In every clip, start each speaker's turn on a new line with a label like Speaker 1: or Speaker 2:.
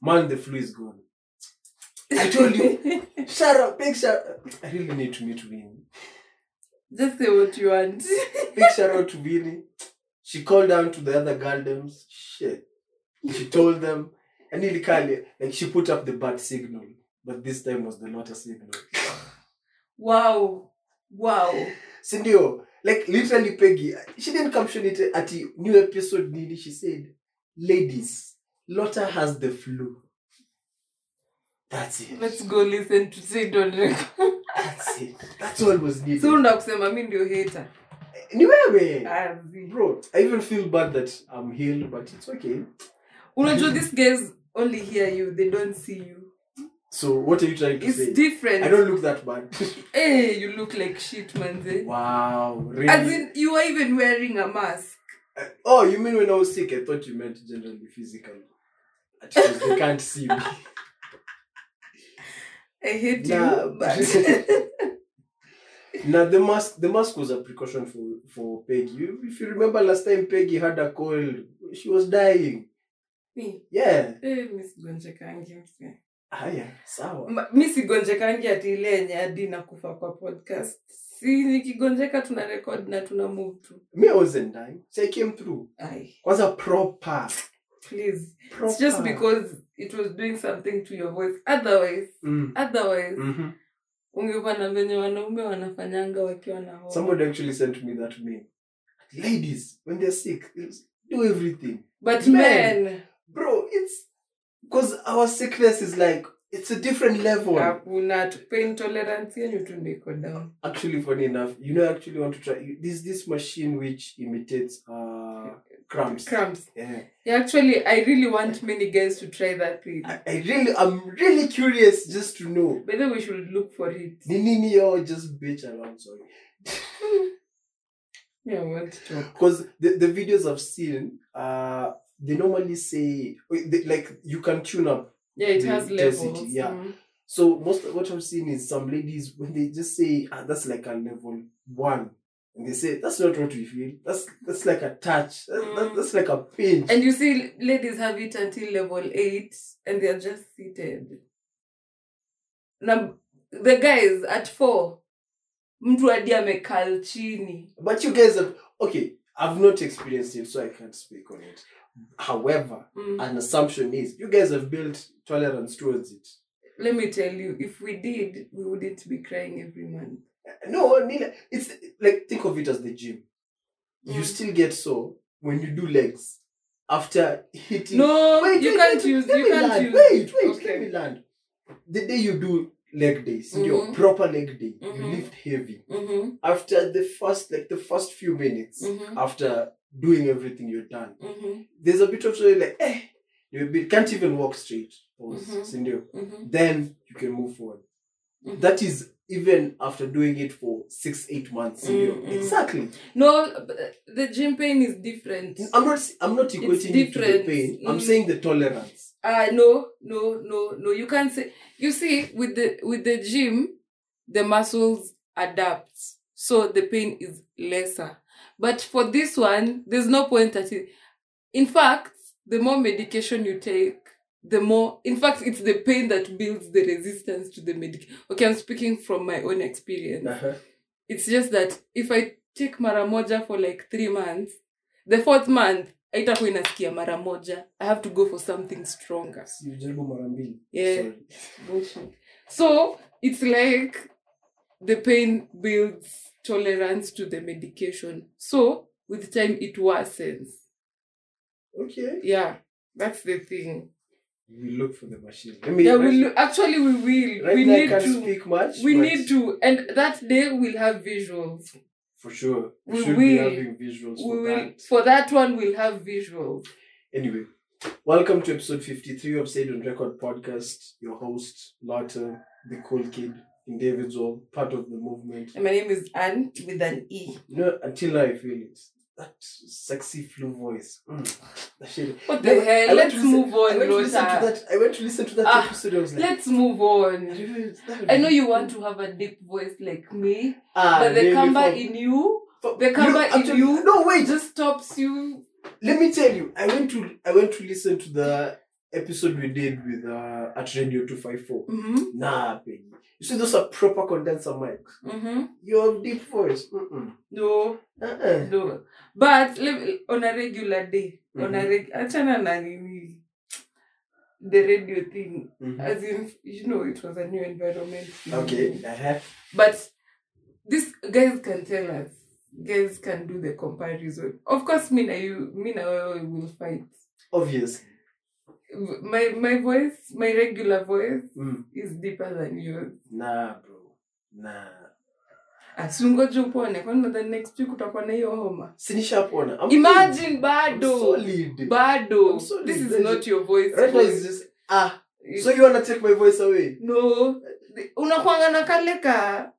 Speaker 1: one, the flu is gone. I told you. shut up, big shout. I really need to meet Winnie.
Speaker 2: Just say what you want.
Speaker 1: Big shout out to Winnie. She called down to the other gardens. Shit. She told them. And nearly Kali, like she put up the bat signal, but this time was the lotus signal.
Speaker 2: wow. Wow.
Speaker 1: Sindio, like literally Peggy, she didn't caption it at the new episode, Nini. She said, Ladies, Lotta has the flu. That's it.
Speaker 2: Let's go listen to Sid on record.
Speaker 1: That's it. That's all was needed.
Speaker 2: So unda kusema mi ndio hater.
Speaker 1: Ni wewe.
Speaker 2: Ah, zi.
Speaker 1: Bro, I even feel bad that I'm healed, but it's okay.
Speaker 2: Unajua these guys only hear you, they don't see you.
Speaker 1: So what are you trying to
Speaker 2: It's
Speaker 1: say? I
Speaker 2: different.
Speaker 1: don't look that bad.
Speaker 2: Hey, you look like shit manze.
Speaker 1: wow, really?
Speaker 2: As in you are even wearing a mask.
Speaker 1: Uh, oh, you mean when I was sick? I thought you meant generally physical. At least they can't see me.
Speaker 2: I hate
Speaker 1: Nah,
Speaker 2: you, but
Speaker 1: now the mask, the mask was a precaution for for Peggy. You- If you remember last time, Peggy had a cold. She was dying.
Speaker 2: me.
Speaker 1: Yeah.
Speaker 2: Eh, mi sigonjekangi mse.
Speaker 1: Haya, sawa.
Speaker 2: Ma- mi sigonjekangi ati ile yenye hadi nakufa kwa podcast si nikigonjeka tuna record na tuna move tu
Speaker 1: Me, I wasn't dying. So I came through.
Speaker 2: Ai,
Speaker 1: Was a proper.
Speaker 2: please
Speaker 1: proper.
Speaker 2: it's just because it was doing something to your voice otherwise
Speaker 1: Mm.
Speaker 2: otherwise
Speaker 1: hmm
Speaker 2: ungekuwa na venye wanaume wanafanyanga wakiwa na hofu.
Speaker 1: Somebody actually sent me that meme. Ladies, when they're sick, do everything.
Speaker 2: but
Speaker 1: Men.
Speaker 2: men
Speaker 1: Bro, it's because our sickness is like it's a different level.
Speaker 2: hakuna tu- pain tolerance yenu tu ndio iko down
Speaker 1: Actually, funny enough, you know, I actually want to try you- this this machine which imitates uh cramps.
Speaker 2: cramps
Speaker 1: Yeah.
Speaker 2: yeah, actually i really want many guys to try that thing
Speaker 1: I, I really, I'm really curious just to know.
Speaker 2: by the way we should look for it
Speaker 1: Ni nini yo just bitch around, sorry.
Speaker 2: yeah, I want to
Speaker 1: because the, the videos I've seen, uh, they normally say wait, they, like you can tune up.
Speaker 2: yeah it
Speaker 1: The
Speaker 2: has
Speaker 1: intensity,
Speaker 2: levels
Speaker 1: yeah.
Speaker 2: mm.
Speaker 1: So most of what I've seen is some ladies when they just say ah, that's like a level one, and they say that's not what we feel. That's that's like a touch. That, that,
Speaker 2: Mm.
Speaker 1: that's like a pinch.
Speaker 2: And you see, ladies have it until level eight, and they are just seated. Now, the guys at four, mtu hadi amekaa chini.
Speaker 1: but you guys have okay. I've not experienced it, so I can't speak on it. However,
Speaker 2: Mm.
Speaker 1: an assumption is you guys have built tolerance towards it.
Speaker 2: Let me tell you, if we did, we wouldn't be crying every month.
Speaker 1: No, Nila, it's like think of it as the gym. You
Speaker 2: Mm.
Speaker 1: still get sore when you do legs after hitting.
Speaker 2: No, Oh, you can't
Speaker 1: wait,
Speaker 2: use.
Speaker 1: Let
Speaker 2: You
Speaker 1: me
Speaker 2: can't
Speaker 1: land.
Speaker 2: use.
Speaker 1: Wait, wait, let me
Speaker 2: Okay.
Speaker 1: land. The day you do leg days, your
Speaker 2: Mhm.
Speaker 1: proper leg day, you
Speaker 2: Mhm.
Speaker 1: lift heavy.
Speaker 2: Mhm,
Speaker 1: After the first, like the first few minutes,
Speaker 2: mhm,
Speaker 1: after doing everything you're done,
Speaker 2: mhm,
Speaker 1: there's a bit of sort of like, eh, you be- can't even walk straight. Pause,
Speaker 2: Mhm.
Speaker 1: Sindio.
Speaker 2: mhm,
Speaker 1: Then you can move forward.
Speaker 2: mhm.
Speaker 1: That is even after doing it for six, eight months. Sindio.
Speaker 2: Mm, mm.
Speaker 1: Exactly.
Speaker 2: No, but the gym pain is different.
Speaker 1: I'm not. I'm not equating it to the
Speaker 2: different.
Speaker 1: pain. I'm
Speaker 2: Mm.
Speaker 1: saying the tolerance.
Speaker 2: uh no no no no you can't say you see with the with the gym the muscles adapt so the pain is lesser but for this one there's no point at it in fact the more medication you take the more in fact it's the pain that builds the resistance to the medic okay i'm speaking from my own experience
Speaker 1: Uh-huh.
Speaker 2: it's just that if i take mara moja for like three months the fourth month aitakuwa inasikia mara moja i have to go for something stronger
Speaker 1: Sijaribu mara mbili.
Speaker 2: Yeah.
Speaker 1: Sorry.
Speaker 2: Bullshit. so it's like the pain builds tolerance to the medication so with time it worsens
Speaker 1: Okay.
Speaker 2: yeah that's the thing
Speaker 1: We look for the machine. I mean,
Speaker 2: yeah
Speaker 1: right,
Speaker 2: we'll, actually we will
Speaker 1: right
Speaker 2: we
Speaker 1: now
Speaker 2: need
Speaker 1: I can't
Speaker 2: to
Speaker 1: speak much.
Speaker 2: we
Speaker 1: but
Speaker 2: need to and that day we'll have visuals
Speaker 1: For sure. We,
Speaker 2: We
Speaker 1: should be
Speaker 2: will.
Speaker 1: having visuals
Speaker 2: we
Speaker 1: for
Speaker 2: will
Speaker 1: that.
Speaker 2: for that one we'll have visuals
Speaker 1: Anyway, welcome to episode fifty-three of Said on Record podcast. Your host, Lotta, the cool kid, individual, part of the movement.
Speaker 2: And my name is Anne with an E.
Speaker 1: You know, until now I feel it. That sexy flu voice. Mm. That shit.
Speaker 2: What
Speaker 1: No,
Speaker 2: the
Speaker 1: but I
Speaker 2: hell?
Speaker 1: went
Speaker 2: Let's
Speaker 1: to listen-
Speaker 2: move
Speaker 1: I
Speaker 2: on,
Speaker 1: went to listen to
Speaker 2: Lota.
Speaker 1: that. I went to listen to that
Speaker 2: Ah,
Speaker 1: episode. I was like,
Speaker 2: Let's move on. I know you want to have a deep voice like me,
Speaker 1: Ah,
Speaker 2: but the
Speaker 1: really
Speaker 2: cumber
Speaker 1: for-
Speaker 2: in you
Speaker 1: for-
Speaker 2: the cumber
Speaker 1: no,
Speaker 2: in
Speaker 1: actually,
Speaker 2: you-
Speaker 1: No, wait.
Speaker 2: just stops you.
Speaker 1: Let me tell you. I went to I went to listen to the episode we did with uh, at Radio 254.
Speaker 2: Mm-hmm.
Speaker 1: Nah, Peggy. You see, those are proper condenser mics.
Speaker 2: Mm-hmm.
Speaker 1: You have deep voice. Mm-mm.
Speaker 2: No,
Speaker 1: Uh-uh.
Speaker 2: no. But live on a regular day, on a
Speaker 1: Mhm.
Speaker 2: reg- achana na nini, the radio thing.
Speaker 1: Mhm.
Speaker 2: As in, you know, it was a new environment.
Speaker 1: Okay. Uh-huh.
Speaker 2: But this guys can tell us. Guys can do the comparison. Of course, me and you, me and I will fight.
Speaker 1: Obvious.
Speaker 2: My my voice, my regular voice,
Speaker 1: Mm.
Speaker 2: is deeper than yours.
Speaker 1: Nah, bro. Nah.
Speaker 2: asingoje upone kwani the next week utakuwa na hiyo homa
Speaker 1: Finish up on I'm
Speaker 2: imagine
Speaker 1: I'm
Speaker 2: bado
Speaker 1: solid.
Speaker 2: bado
Speaker 1: I'm sorry,
Speaker 2: this is
Speaker 1: there's-
Speaker 2: not your voice
Speaker 1: Right now it's just ah. So you wanna take my voice away?
Speaker 2: no the- unakwanga na kale ka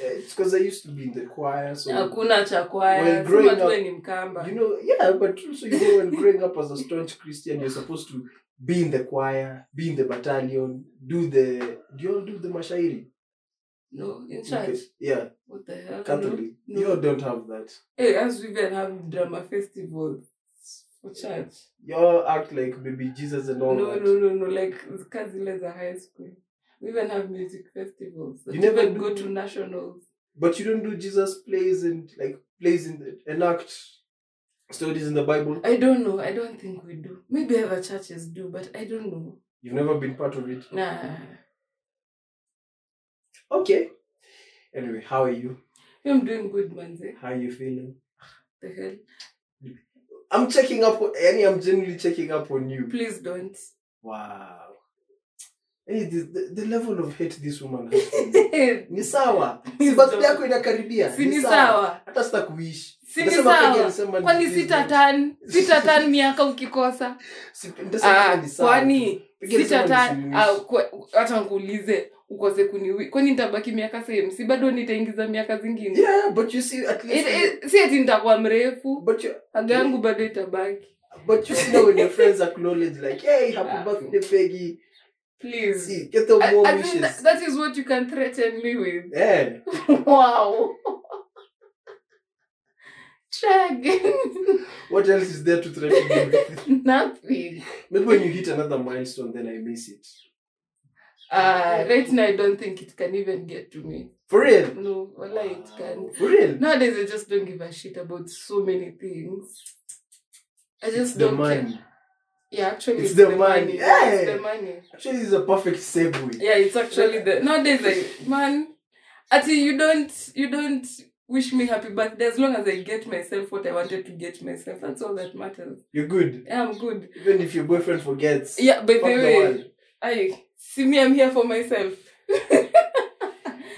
Speaker 1: Eh, It's because I used to be in the choir, so
Speaker 2: hakuna cha
Speaker 1: Well,
Speaker 2: kwaya
Speaker 1: growing
Speaker 2: sema tuwe
Speaker 1: up,
Speaker 2: ni mkamba
Speaker 1: you know, yeah, but also you know, when growing up as a staunch Christian, you're supposed to be in the choir, be in the battalion, do the do you all do the mashairi?
Speaker 2: no in church
Speaker 1: Okay. Yeah,
Speaker 2: what the hell no.
Speaker 1: Catholic.
Speaker 2: No.
Speaker 1: You all don't have that.
Speaker 2: hey as we can have drama festival for church
Speaker 1: You all act like baby Jesus and all
Speaker 2: no
Speaker 1: that.
Speaker 2: no no no like ka zile za high school we even have music festivals
Speaker 1: You
Speaker 2: We
Speaker 1: never
Speaker 2: even
Speaker 1: do-
Speaker 2: go to nationals
Speaker 1: But you don't do Jesus plays and like plays in the enact stories in the Bible.
Speaker 2: I don't know. I don't think we do. Maybe other churches do, but I don't know.
Speaker 1: You've never been part of it.
Speaker 2: Nah.
Speaker 1: Okay. Anyway, how are you?
Speaker 2: I'm doing good, manze.
Speaker 1: How are you feeling?
Speaker 2: The hell?
Speaker 1: I'm checking up. on- Yani, I'm genuinely checking up on you.
Speaker 2: Please don't.
Speaker 1: Wow. Hey, the, the, the level of hate this woman has. for me. ni sawa Si birthday yako inakaribia
Speaker 2: Sini sawa.
Speaker 1: hata sita kuishi
Speaker 2: Sini
Speaker 1: Nasema Peggy
Speaker 2: sawa.
Speaker 1: alisema ni
Speaker 2: Kwani
Speaker 1: please
Speaker 2: sita
Speaker 1: don't.
Speaker 2: tan sita tan miaka ukikosa.
Speaker 1: Si- nitasema
Speaker 2: Ah,
Speaker 1: ni sawa.
Speaker 2: kwani
Speaker 1: Peggy alisema
Speaker 2: sita
Speaker 1: ni
Speaker 2: tan
Speaker 1: suluhisho.
Speaker 2: ah, kwa- hata nkuulize ukose kuniwi. Kwani nitabaki miaka same si bado nitaingiza miaka zingine.
Speaker 1: yeah but you see at least
Speaker 2: It- it- Si ati nitakuwa mrefu,
Speaker 1: but you
Speaker 2: aga yangu bado itabaki.
Speaker 1: but you know when your friends acknowledge like hey happy
Speaker 2: Ah.
Speaker 1: birthday Peggy
Speaker 2: Please.
Speaker 1: see get the
Speaker 2: I,
Speaker 1: warm
Speaker 2: I think that,
Speaker 1: wishes
Speaker 2: that is what you can threaten me with.
Speaker 1: yeah
Speaker 2: Wow. Try again.
Speaker 1: what else is there to threaten you with?
Speaker 2: Nothing.
Speaker 1: maybe when you hit another milestone then I miss it
Speaker 2: Uh, right now, I don't think it can even get to me.
Speaker 1: for real
Speaker 2: No, well, it can.
Speaker 1: Wow. for real
Speaker 2: Nowadays, I just don't give a shit about so many things. I just
Speaker 1: the
Speaker 2: don't care.
Speaker 1: money
Speaker 2: Yeah, actually,
Speaker 1: It's the money.
Speaker 2: It's
Speaker 1: Hey.
Speaker 2: the money.
Speaker 1: actually this is a perfect segue
Speaker 2: Yeah, it's actually the nowadays. I, man, ati you don't you don't wish me happy birthday as long as I get myself what I wanted to get myself. That's all that matters.
Speaker 1: you're good
Speaker 2: Yeah, I'm good.
Speaker 1: even if your boyfriend forgets
Speaker 2: Yeah, by the
Speaker 1: fuck the
Speaker 2: way,
Speaker 1: world.
Speaker 2: I see me. I'm here for myself.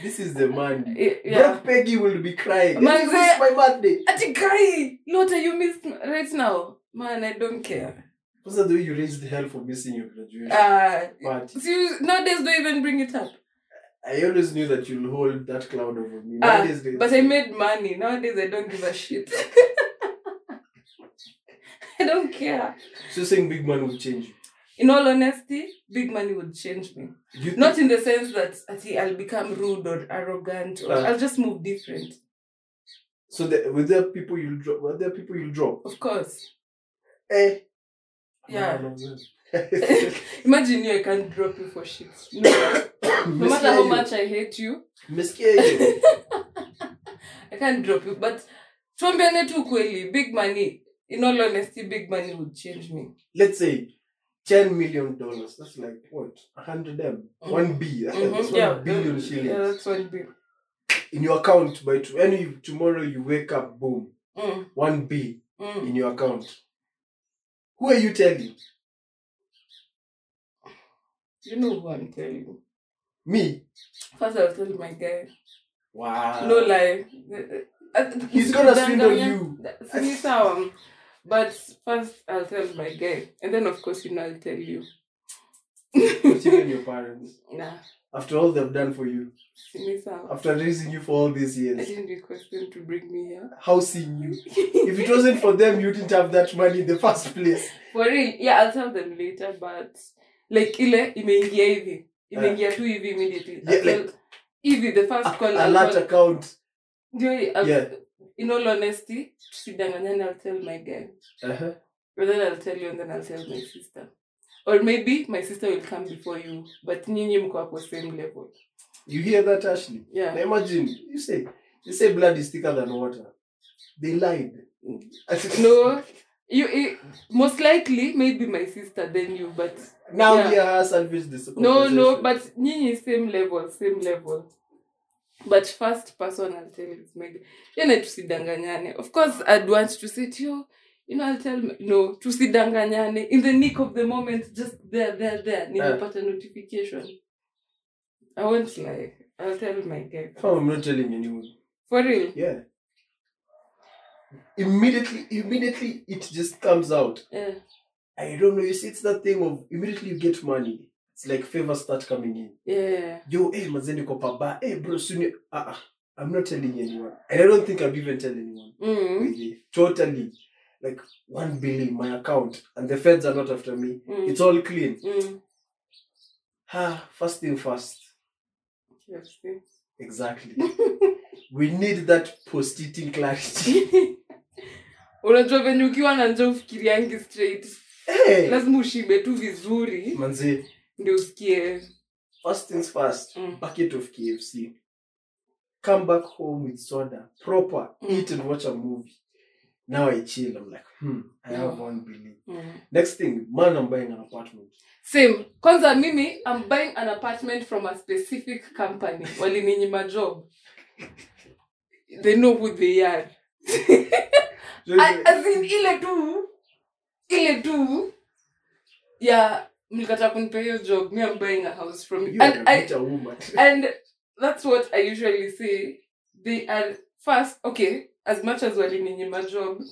Speaker 1: this is the money
Speaker 2: Eh, Yeah.
Speaker 1: Black Peggy will be crying
Speaker 2: Man,
Speaker 1: "Hey, this is my birthday
Speaker 2: Ati guy, Lota, you missed m- right now. Man, I don't care.
Speaker 1: what's the way you raised hell for missing your graduation
Speaker 2: Uh,
Speaker 1: party
Speaker 2: see, you- nowadays don't even bring it up.
Speaker 1: I always knew that you'll hold that cloud over me.
Speaker 2: Ah,
Speaker 1: Nowadays, they-
Speaker 2: But I made money. Nowadays I don't give a shit. I don't care.
Speaker 1: so saying big man will change you.
Speaker 2: in all honesty, big money would change me.
Speaker 1: you think-
Speaker 2: Not in the sense that ati, I'll become rude or arrogant, or
Speaker 1: Uh.
Speaker 2: I'll just move different.
Speaker 1: so the, were there people you'll drop? Were there people you'll drop?
Speaker 2: Of course.
Speaker 1: Eh.
Speaker 2: Yeah.
Speaker 1: No, no, no.
Speaker 2: Imagine you, I can't drop you for shit. No, no
Speaker 1: Nimesikia
Speaker 2: matter how
Speaker 1: hiyo.
Speaker 2: much I hate you,
Speaker 1: Nimesikia hiyo.
Speaker 2: I can't drop you. But tuambiane tu kweli, big money, in all honesty, big money would change me.
Speaker 1: Let's say. 10 million dollars. That's like what? 100 M? 1 B. That's
Speaker 2: Mhm,
Speaker 1: one
Speaker 2: yeah,
Speaker 1: billion
Speaker 2: uh,
Speaker 1: shillings.
Speaker 2: Yeah, that's one billion.
Speaker 1: In your account by to, any tomorrow you wake up, boom.
Speaker 2: Mm,
Speaker 1: 1 B
Speaker 2: mm.
Speaker 1: in your account. Who are you telling?
Speaker 2: You know who I'm telling. you.
Speaker 1: Me.
Speaker 2: First, I'll tell my guy.
Speaker 1: Wow.
Speaker 2: No lie.
Speaker 1: Ah.
Speaker 2: Uh,
Speaker 1: He's gonna swindle you.
Speaker 2: Si ni sawa. But first I'll tell my guy. And then of course you know I'll tell you.
Speaker 1: Not even your parents.
Speaker 2: Nah,
Speaker 1: After all they've done for you.
Speaker 2: si ni sawa.
Speaker 1: after raising you for all these
Speaker 2: I
Speaker 1: years,
Speaker 2: didn't request them to bring me here.
Speaker 1: housing you. If it wasn't for them, you didn't have that money in the first place.
Speaker 2: For real, yeah, I'll tell them later, but like ile imeingia hivi. Imeingia tu hivi immediately.
Speaker 1: Eh. Yeah,
Speaker 2: I'll
Speaker 1: like-
Speaker 2: tell- hivi the first
Speaker 1: A,
Speaker 2: call
Speaker 1: a
Speaker 2: I'll
Speaker 1: large
Speaker 2: call-
Speaker 1: account.
Speaker 2: Ndio, I'll-
Speaker 1: Yeah.
Speaker 2: in all honesty, tusidanganyane I'll tell my guy.
Speaker 1: Uh-huh.
Speaker 2: Or then I'll tell you and then I'll tell my sister. Or maybe my sister will come before you, but nyinyi mko hapo same level.
Speaker 1: You hear that, Ashley? Now
Speaker 2: Yeah.
Speaker 1: imagine you say you say blood is thicker than water. They lied.
Speaker 2: No, you it, most likely maybe my sister than you, but
Speaker 1: Now
Speaker 2: Yeah.
Speaker 1: we are salvage this.
Speaker 2: no, no,
Speaker 1: conversation.
Speaker 2: but nyinyi same level, same level. But first person I'll tell is maybe yena tusidanganyane. Of course I'd want to say to you, you know I'll tell m- no tusidanganyane in the nick of the moment, just there, there, there. Nimepata notification. I won't lie. I'll tell my guy.
Speaker 1: Oh, I'm not telling anyone.
Speaker 2: For real.
Speaker 1: Yeah. Immediately, immediately it just comes out.
Speaker 2: Yeah.
Speaker 1: I don't know. You see, it's that thing of immediately you get money. It's like favors start coming in.
Speaker 2: Yeah.
Speaker 1: Yo, hey, mazeni kopa ba. Hey, bro, soon. Ah, uh I'm not telling anyone, and I don't think I'd even tell anyone.
Speaker 2: Mm.
Speaker 1: Really, totally. Like one billion my account, and the feds are not after me.
Speaker 2: mm,
Speaker 1: It's all clean.
Speaker 2: mm.
Speaker 1: Ha, first thing first.
Speaker 2: Yes.
Speaker 1: Exactly. we need that post-eating clarity.
Speaker 2: unajua venye ukiwa na njaa ufikiriangi straight
Speaker 1: hey,
Speaker 2: lazima ushibe tu vizuri
Speaker 1: manzi.
Speaker 2: ndio usikie
Speaker 1: First things first,
Speaker 2: Mm.
Speaker 1: bucket of KFC. Come back home with soda, proper,
Speaker 2: Mm.
Speaker 1: eat and watch a movie. Now I chill. I'm like, hmm, I have
Speaker 2: No.
Speaker 1: one billion.
Speaker 2: mm.
Speaker 1: Next thing, man, I'm buying an apartment.
Speaker 2: same kwanza mimi I'm buying an apartment from a specific company walininyima job they know who they are A-
Speaker 1: uh,
Speaker 2: as in ile tu ile tu ya mlikataa kunipea hiyo job me I'm buying a house from
Speaker 1: you
Speaker 2: you. and
Speaker 1: are a
Speaker 2: I,
Speaker 1: bitter woman.
Speaker 2: and that's what I usually say. They are first okay. As much as walininyima job,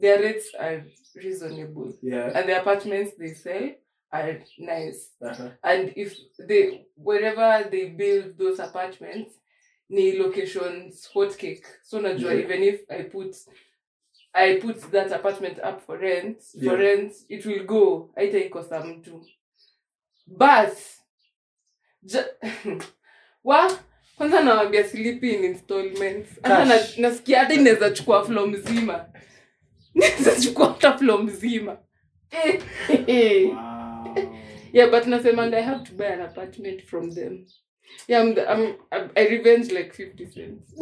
Speaker 2: their rates are reasonable,
Speaker 1: yeah.
Speaker 2: and the apartments they sell are nice.
Speaker 1: Uh-huh.
Speaker 2: And if they wherever they build those apartments, ni locations hotcake. So najua
Speaker 1: Yeah.
Speaker 2: even if I put I put that apartment up for rent,
Speaker 1: Yeah.
Speaker 2: for rent, it will go. Haitaikosa mtu. But ja, wa kwanza nawambia silipi in installments. Hata na,
Speaker 1: Cash.
Speaker 2: nasikia hata inaweza chukua flo mzima. Inaweza chukua hata flo mzima. Eh, eh, eh.
Speaker 1: Wow.
Speaker 2: Yeah, but nasemanga I have to buy an apartment from them. Yeah, I'm the, I'm, I'm I revenge like 50 cents.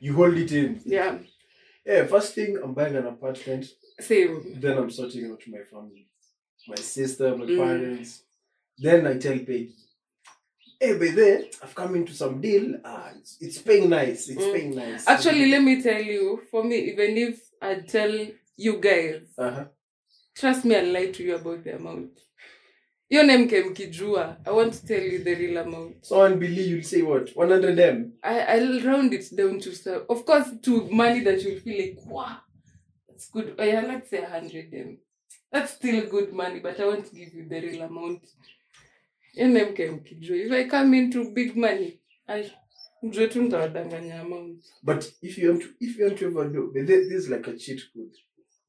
Speaker 1: You hold it in.
Speaker 2: Yeah,
Speaker 1: Yeah, first thing, I'm buying an apartment.
Speaker 2: same.
Speaker 1: Then I'm sorting out my family, my sister, my
Speaker 2: Mm.
Speaker 1: parents. Then I tell Peggy, "Hey, by there, I've come into some deal. Ah, it's, it's paying nice. It's
Speaker 2: Mm.
Speaker 1: paying nice."
Speaker 2: Actually, let me tell you, for me, even if I tell you guys,
Speaker 1: uh-huh.
Speaker 2: trust me, I'll lie to you about the amount. Your name came Kijua. I want to tell you the real amount.
Speaker 1: so on Billy, you'll say what? One hundred M.
Speaker 2: I, I'll round it down to, se- of course, to money that you'll feel like, wow, that's good. Oh, yeah, let's say 100 M. That's still good money, but I won't give you the real amount. Your name came Kijua. If I come into big money, I. mjue tu nitawadanganya amount
Speaker 1: But if you want to, if you want to ever do, but this, this is like a cheat code.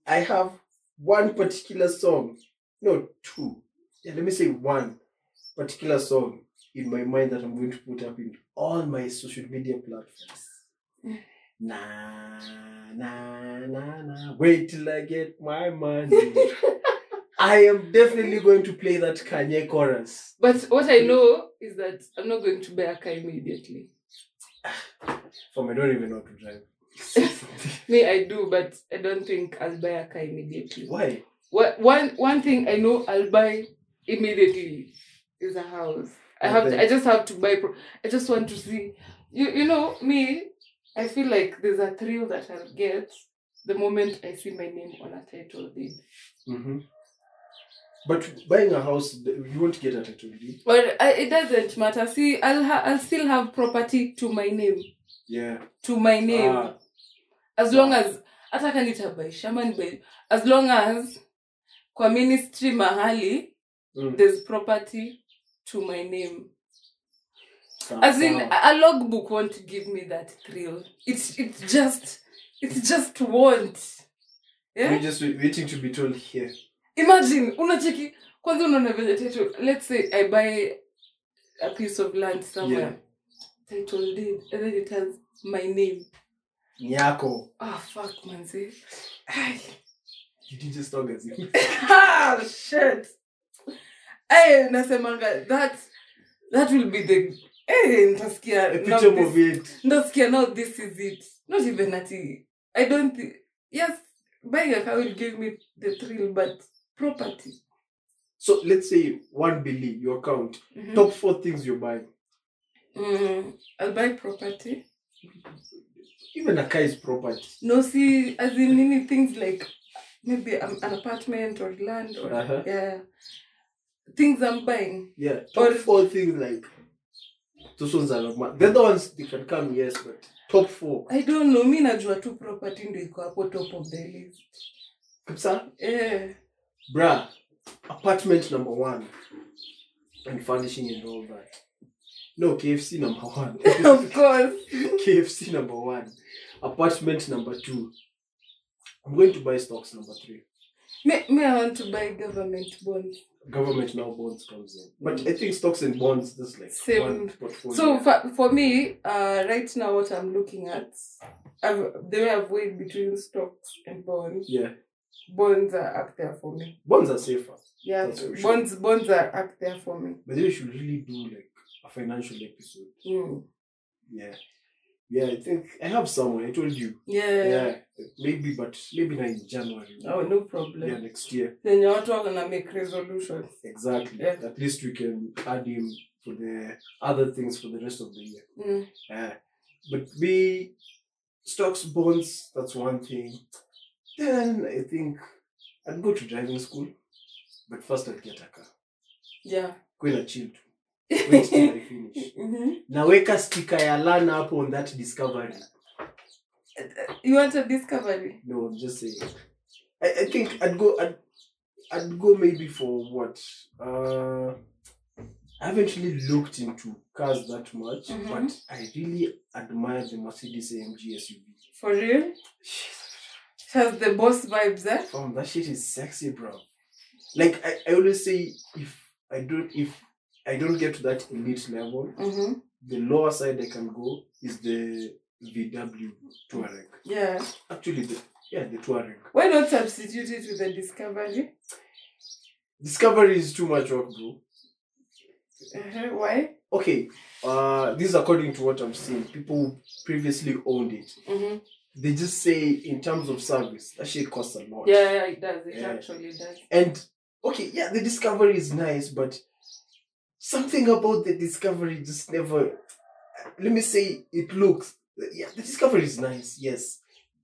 Speaker 1: I have one particular song, no two. Yeah, let me say one particular song in my mind that I'm going to put up in all my social media platforms. Na na na na. Wait till I get my money. I am definitely going to play that Kanye chorus.
Speaker 2: but what i know is that i'm not going to buy a car immediately
Speaker 1: From I don't even know how to drive.
Speaker 2: me i do but i don't think i'll buy a car immediately
Speaker 1: Why?
Speaker 2: Wha- one one thing I know I'll buy immediately is a house. I have to, I just have to buy. Pro- I just want to see. You you know me. I feel like there's a thrill that I'll get the moment I see my name on a title deed.
Speaker 1: Mm-hmm. But buying a house, th- you won't get a title deed.
Speaker 2: But I, it doesn't matter. See, I'll ha- I'll still have property to my name
Speaker 1: Yeah.
Speaker 2: to my name
Speaker 1: Ah.
Speaker 2: as long as hata kanitabaisha ama nibai- as long as kwa ministry mahali
Speaker 1: Mm.
Speaker 2: there's property to my name.
Speaker 1: Sawa,
Speaker 2: As in,
Speaker 1: sawa.
Speaker 2: a a logbook won't give me that thrill. It's it's just it's just want.
Speaker 1: we're
Speaker 2: Yeah?
Speaker 1: just wait- waiting to be told here.
Speaker 2: Imagine unacheki kwanza unaona vile title. Let's say I buy a piece of land somewhere. Title deed, and then it has my name.
Speaker 1: Nyako.
Speaker 2: Ah fuck man, see. Ay.
Speaker 1: kijiji stongas
Speaker 2: Ah, shit. Hey, nasemanga that that will be the eh, hey, ntasikia now
Speaker 1: epitome
Speaker 2: this-
Speaker 1: of it
Speaker 2: ndasikia now this is it not even ati i don't thi- yes buying a car will give me the thrill but property
Speaker 1: so let's say one billy your account
Speaker 2: Mhm.
Speaker 1: top four things you're buying
Speaker 2: Mm, i'll buy property
Speaker 1: even a car is property
Speaker 2: no see as in any things like maybe um, an apartment or land or
Speaker 1: Uh-huh.
Speaker 2: yeah things i'm buying
Speaker 1: yeah top
Speaker 2: Or-
Speaker 1: four things like those ones are not ma- the other ones they can come yes but top four
Speaker 2: i don't know mi najua tu property ndo iko hapo top of the list Eh,
Speaker 1: kabisa
Speaker 2: yeah.
Speaker 1: bruh apartment number one and furnishing and all that no kfc number one
Speaker 2: of course
Speaker 1: kfc number one apartment number two i'm going to buy stocks number three
Speaker 2: me, me i want to buy government bonds
Speaker 1: government now bonds comes in. But I think stocks and bonds this like
Speaker 2: Same.
Speaker 1: one portfolio.
Speaker 2: So for, for me, uh, right now, what I'm looking at, I've, the way I've weighed between stocks and bonds,
Speaker 1: yeah,
Speaker 2: bonds are up there for me.
Speaker 1: bonds are safer,
Speaker 2: Yeah,
Speaker 1: That's for sure.
Speaker 2: bonds bonds are up there for me.
Speaker 1: but then you should really do like a financial episode.
Speaker 2: Mm.
Speaker 1: Yeah, yeah. I think I have someone. I told you.
Speaker 2: Yeah.
Speaker 1: Yeah, maybe, but maybe not in January.
Speaker 2: Oh, no
Speaker 1: Yeah,
Speaker 2: problem.
Speaker 1: next year
Speaker 2: Then you're not gonna make resolutions.
Speaker 1: exactly.
Speaker 2: Yeah.
Speaker 1: At least we can add him for the other things for the rest of the year.
Speaker 2: Mm.
Speaker 1: Yeah. But we stocks, bonds, that's one thing. Then I think I'd go to driving school, but first I'd get a car.
Speaker 2: Yeah.
Speaker 1: Kwenda chill tu. Wait till I finish.
Speaker 2: Mhm.
Speaker 1: Naweka sticker ya Lana hapo on that discovery.
Speaker 2: You want a discovery?
Speaker 1: No, I'm just saying. I, I think I'd go I'd, I'd go maybe for what? Uh I haven't really looked into cars that much,
Speaker 2: Mhm.
Speaker 1: but I really admire the Mercedes AMG SUV.
Speaker 2: For real? It has the boss vibes, eh?
Speaker 1: Fam, that shit is sexy, bro. Like I, I always say, if I don't, if I don't get to that elite level,
Speaker 2: Mm-hmm.
Speaker 1: the lower side I can go is the VW Touareg.
Speaker 2: Yeah.
Speaker 1: Actually, the, yeah, the Touareg.
Speaker 2: Why not substitute it with a discovery?
Speaker 1: Discovery is too much work, bro.
Speaker 2: Uh-huh. Why?
Speaker 1: Okay, uh, this is according to what I've seen. People who previously owned it.
Speaker 2: Mm-hmm.
Speaker 1: They just say in terms of service, that shit costs a lot.
Speaker 2: Yeah, yeah, it does. It
Speaker 1: Yeah.
Speaker 2: actually does.
Speaker 1: And okay, yeah, the discovery is nice, but something about the discovery just never. Let me say it looks. Yeah, the discovery is nice. Yes,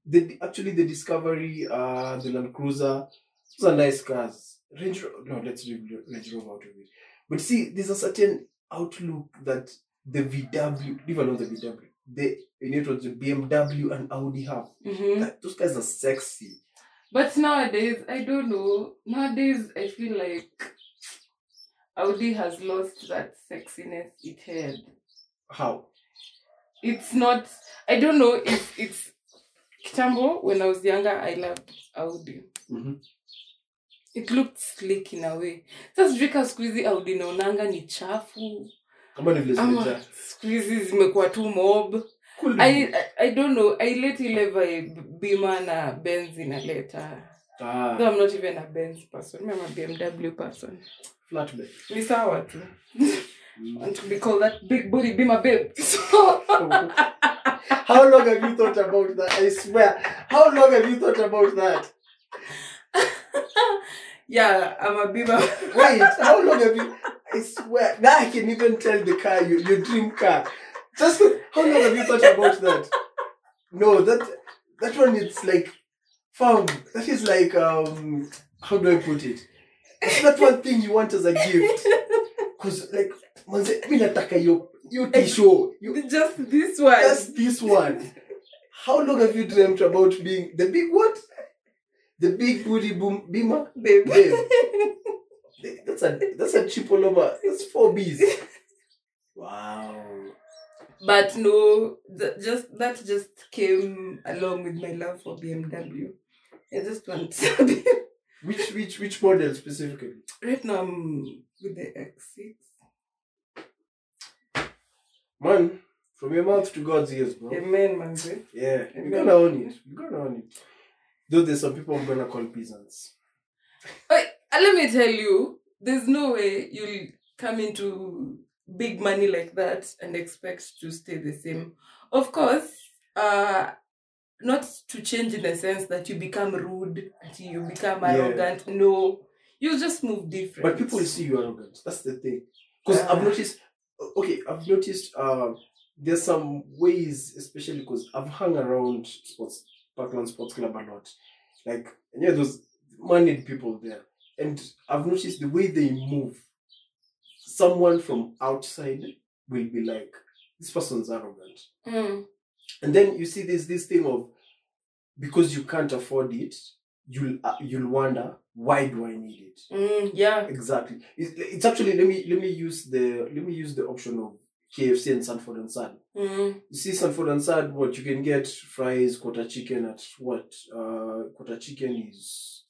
Speaker 1: the actually the discovery, uh, the Land Cruiser, those are nice cars. Range Ro- no, let's leave Ro- Range Rover out of it. But see, there's a certain outlook that the VW, leave alone the VW, the you know, it was the BMW and Audi have.
Speaker 2: Mm-hmm.
Speaker 1: That- those guys are sexy.
Speaker 2: But nowadays, I don't know. Nowadays, I feel like Audi has lost that sexiness it had.
Speaker 1: How?
Speaker 2: It's not. I don't know if it's. Kitambo, when I was younger, I loved Audi.
Speaker 1: Mhm.
Speaker 2: It looked slick in a way. Sasa sijui ka siku hizi Audi naonanga ni chafu
Speaker 1: Kama ni vile
Speaker 2: ama
Speaker 1: zimejaa.
Speaker 2: siku hizi zimekuwa tu mob.
Speaker 1: Cool.
Speaker 2: I, I, I don't know. I let ile vibe bima na Benz inaleta.
Speaker 1: Ah,
Speaker 2: Though I'm not even a Benz person. I'm a BMW person.
Speaker 1: flatbed.
Speaker 2: Ni sawa tu. Want to be called that big booty be my babe. So,
Speaker 1: How long have you thought about that? I swear. How long have you thought about that?
Speaker 2: yeah, I'm a bima.
Speaker 1: Wait, how long have you? I swear. Now I can even tell the car, your, your dream car. Just how long have you thought about that? No, that that one it's like, fam. That is like um, how do I put it? It's that one thing you want as a gift. Cause like, manze, mi nataka yo yo t-shirt, yo
Speaker 2: Just this one.
Speaker 1: Just this one. How long have you dreamt about being the big what? The big booty boom beamer?
Speaker 2: babe.
Speaker 1: Babe. That's a that's a triple over. That's four B's. Wow.
Speaker 2: But no, th- just that just came along with my love for BMW. I just want to be.
Speaker 1: Which which which model specifically?
Speaker 2: Right now, I'm with the X6.
Speaker 1: Man, from your mouth to God's ears, bro.
Speaker 2: Amen, manze.
Speaker 1: Yeah. You're
Speaker 2: Amen.
Speaker 1: gonna own it. You're gonna own it. Though there's some people I'm gonna call peasants.
Speaker 2: Uh, let me tell you, there's no way you'll come into big money like that and expect to stay the same. Of course, uh, not to change in the sense that you become rude, that you become
Speaker 1: Yeah.
Speaker 2: arrogant. No, you just move different.
Speaker 1: But people will see you arrogant. That's the thing. Because
Speaker 2: Yeah.
Speaker 1: I've noticed okay, I've noticed uh, there's some ways, especially because I've hung around sports Parkland Sports Club a lot. Like and yeah, those moneyed people there. And I've noticed the way they move, someone from outside will be like, This person's arrogant.
Speaker 2: Mm,
Speaker 1: and then you see this this thing of because you can't afford it you'll uh, you'll wonder why do i need it
Speaker 2: mm, yeah.
Speaker 1: exactly it's, it's actually let me let me use the let me use the option of kfc and sanford and son
Speaker 2: Mm,
Speaker 1: you see sanford and son what you can get fries quarter chicken at what uh quarter chicken is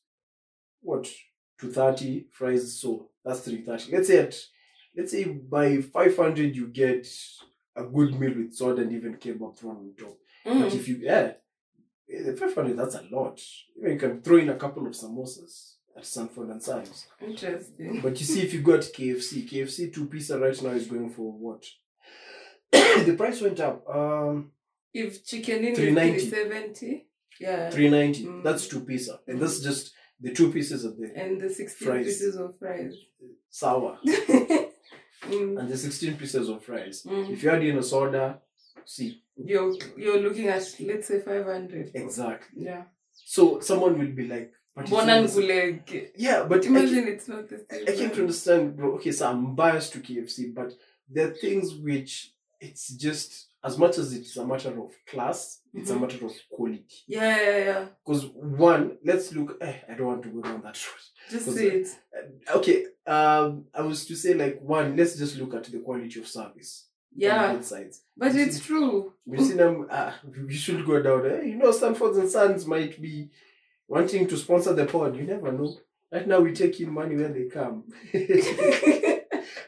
Speaker 1: what 230 fries so that's 330 let's say at let's say by 500 you get a good meal with salt and even kebab thrown on top but
Speaker 2: mm.
Speaker 1: if you yeah, eh, the five hundred that's a lot. Even you can throw in a couple of samosas at Sanford and Sons.
Speaker 2: Interesting.
Speaker 1: But you see, if you got KFC, KFC two pizza right now is going for what? the price went up. Um,
Speaker 2: If chicken in is
Speaker 1: 390.
Speaker 2: 370, yeah,
Speaker 1: three ninety.
Speaker 2: Mm.
Speaker 1: That's two pizza, and that's just the two pieces of the
Speaker 2: and the 16
Speaker 1: Fries.
Speaker 2: pieces of fries.
Speaker 1: sour
Speaker 2: Mm,
Speaker 1: and the sixteen pieces of fries.
Speaker 2: mm.
Speaker 1: If you add in a soda, see
Speaker 2: You're you're looking at let's say 500.
Speaker 1: exactly.
Speaker 2: Yeah.
Speaker 1: So someone will be like, but it's
Speaker 2: Mbona
Speaker 1: not the same.
Speaker 2: nguleg.
Speaker 1: yeah, but I
Speaker 2: Imagine it's not the
Speaker 1: I
Speaker 2: same. uh,
Speaker 1: I can't understand, bro. Okay, so I'm biased to KFC, but there are things which it's just as much as it's a matter of class, it's
Speaker 2: Mhm.
Speaker 1: a matter of quality.
Speaker 2: Yeah, yeah, yeah.
Speaker 1: Because one, let's look. Eh, I don't want to go down that road.
Speaker 2: Just
Speaker 1: Cause-
Speaker 2: say it.
Speaker 1: Okay, um, I was to say like one. Let's just look at the quality of service. on
Speaker 2: Yeah,
Speaker 1: both sides.
Speaker 2: but
Speaker 1: you
Speaker 2: it's true.
Speaker 1: We've seen them. Uh, we should go down. Eh? You know, Stanford and Sons might be wanting to sponsor the pod. You never know. Right now, we take in money when they come.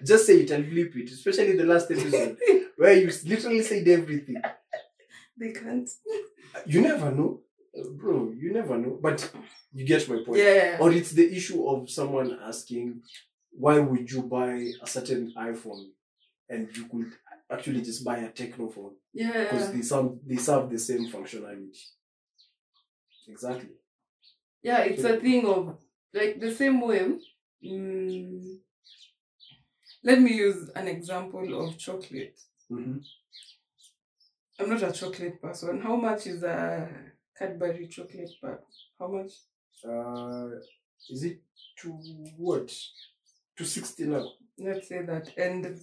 Speaker 1: just say it and bleep it, especially the last episode where you literally said everything.
Speaker 2: they can't.
Speaker 1: You never know, Uh, bro. You never know, but you get my point.
Speaker 2: Yeah.
Speaker 1: Or it's the issue of someone asking, why would you buy a certain iPhone, and you could actually just buy a techno phone because
Speaker 2: Yeah.
Speaker 1: they serve they serve the same functionality. Exactly.
Speaker 2: Yeah, it's a thing of like the same way. Mm, let me use an example of chocolate.
Speaker 1: Mm-hmm.
Speaker 2: I'm not a chocolate person. How much is a Cadbury chocolate bar? How much?
Speaker 1: Uh, is it to what? To sixty now.
Speaker 2: Let's say that. And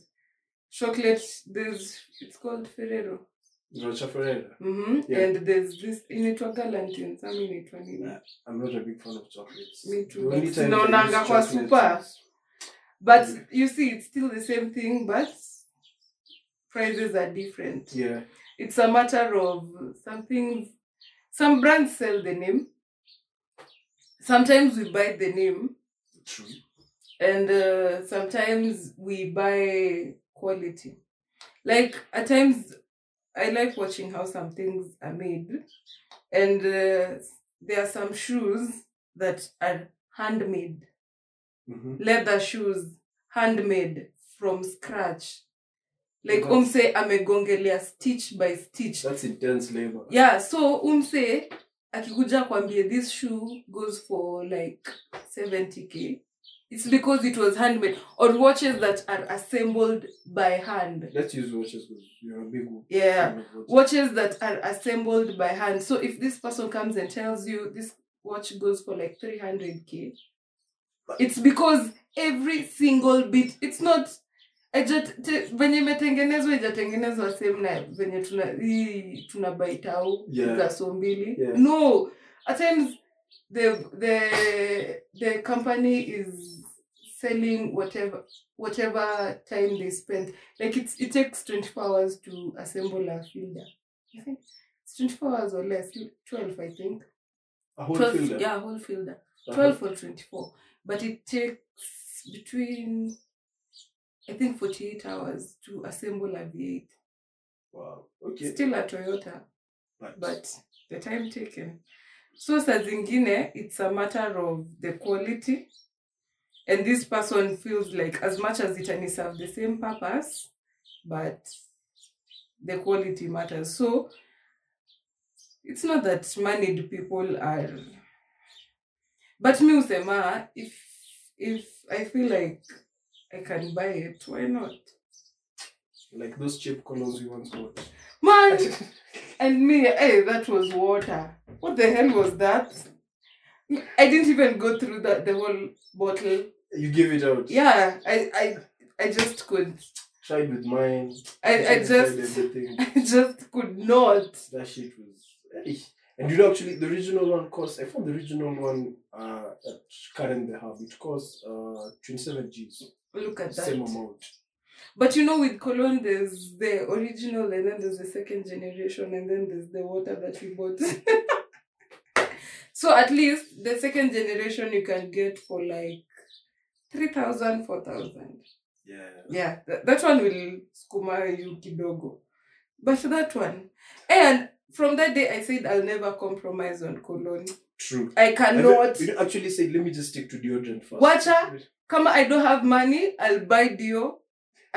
Speaker 2: chocolate, there's it's called Ferrero.
Speaker 1: Rocha Ferreira.
Speaker 2: Mm-hmm.
Speaker 1: Yeah.
Speaker 2: And there's this inaitwa galantine, some inaitwa nini.
Speaker 1: Yeah. I'm not a big fan of chocolates.
Speaker 2: Me too,
Speaker 1: The
Speaker 2: but
Speaker 1: only time
Speaker 2: sinaonanga
Speaker 1: I use
Speaker 2: kwa
Speaker 1: chocolates
Speaker 2: super.
Speaker 1: is-
Speaker 2: But
Speaker 1: Yeah.
Speaker 2: you see, it's still the same thing, but prices are different.
Speaker 1: Yeah.
Speaker 2: It's a matter of something. Some brands sell the name. Sometimes we buy the name,
Speaker 1: True.
Speaker 2: and uh, sometimes we buy quality. Like at times, I like watching how some things are made, and uh, there are some shoes that are handmade.
Speaker 1: Mm-hmm.
Speaker 2: leather shoes handmade from scratch like
Speaker 1: That's-
Speaker 2: umse amegongelea stitch by stitch
Speaker 1: That's intense labor.
Speaker 2: yeah so umse akikuja kwambie this shoe goes for like 70k it's because it was handmade or watches that are assembled by hand
Speaker 1: Let's use watches because you're a big fan
Speaker 2: yeah
Speaker 1: of watches.
Speaker 2: watches that are assembled by hand so if this person comes and tells you this watch goes for like 300k it's because every single bit it's not haija- te- venye imetengenezwa ijatengenezwa same na venye tuna hii tunabaitau
Speaker 1: Yeah.
Speaker 2: za so mbili
Speaker 1: Yeah.
Speaker 2: no at times the the the company is selling whatever whatever time they spend like it's it takes 24 hours to assemble a fielder i think it's 24 hours or less 12 i think
Speaker 1: A whole
Speaker 2: 12
Speaker 1: field. uh,
Speaker 2: yeah whole fielder
Speaker 1: Uh-huh.
Speaker 2: 12 or 24 but it takes between i think 48 hours to assemble a v8
Speaker 1: Wow. uh, Okay.
Speaker 2: still a toyota
Speaker 1: But,
Speaker 2: but the time taken so saa zingine it's a matter of the quality and this person feels like as much as itani serve the same purpose but the quality matters so it's not that married people are but mi usema if if i feel like i can buy it why not
Speaker 1: Like those cheap colors we once bought.
Speaker 2: man and me hey that was water what the hell was that i didn't even go through that the whole bottle
Speaker 1: you give it out.
Speaker 2: yeah i i i just could
Speaker 1: Tried with mine.
Speaker 2: i i
Speaker 1: tried
Speaker 2: just
Speaker 1: everything.
Speaker 2: i just could not
Speaker 1: That shit was. eh. And you know, actually, the original one cost. I found the original one uh, at current they have. It costs uh, 27 G's.
Speaker 2: look at
Speaker 1: Same
Speaker 2: that
Speaker 1: amount.
Speaker 2: but you know with cologne there's the original and then there's the second generation and then there's the water that we bought so at least the second generation you can get for like 3000 4000
Speaker 1: Yeah.
Speaker 2: yeah th- that one will skuma you kidogo but that one and from that day i said i'll never compromise on cologne
Speaker 1: True. e-,
Speaker 2: i cannot
Speaker 1: You know, actually said, let me just stick to deodorant first.
Speaker 2: Wacha. kama i don't have money i'll buy dio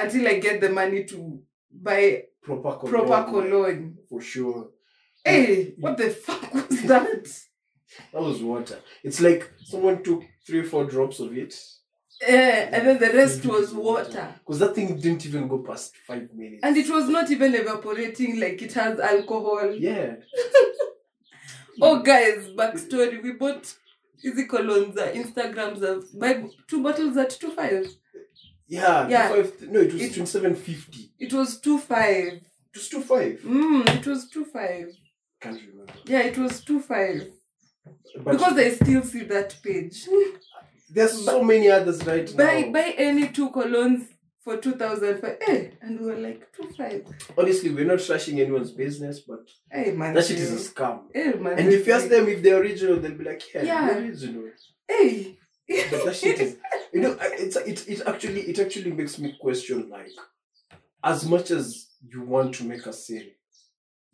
Speaker 2: until i get the money to buy
Speaker 1: Proper cologne.
Speaker 2: proper cologne
Speaker 1: For sure.
Speaker 2: hey what the fuck was that
Speaker 1: That was water. It's like someone took three or four drops of it.
Speaker 2: Eh, and then the rest was water
Speaker 1: Because that thing didn't even go past five minutes.
Speaker 2: and it was not even evaporating like it has alcohol
Speaker 1: yeah.
Speaker 2: Oh guys, backstory. We bought hizi colognes za Instagram za buy two bottles at 25.
Speaker 1: Yeah.
Speaker 2: Yeah.
Speaker 1: the Five, no, it was
Speaker 2: It-
Speaker 1: 2750. It
Speaker 2: It was 25.
Speaker 1: was 25.
Speaker 2: Mm, it was 25.
Speaker 1: Can't remember.
Speaker 2: Yeah, it was 25.
Speaker 1: But
Speaker 2: Because I still see that page.
Speaker 1: there's so many others right
Speaker 2: buy
Speaker 1: now.
Speaker 2: buy any two colognes for 2005. Hey, Eh, and we were like 25.
Speaker 1: Honestly, we're not trashing anyone's business, but
Speaker 2: Hey Eh, man.
Speaker 1: that shit is a scam.
Speaker 2: Hey man.
Speaker 1: And if you ask them if they're original, they'll be like, yeah,
Speaker 2: Yeah.
Speaker 1: they're original.
Speaker 2: Hey.
Speaker 1: But that shit is, you know, I- it's it, it actually it actually makes me question like, as much as you want to make a sale,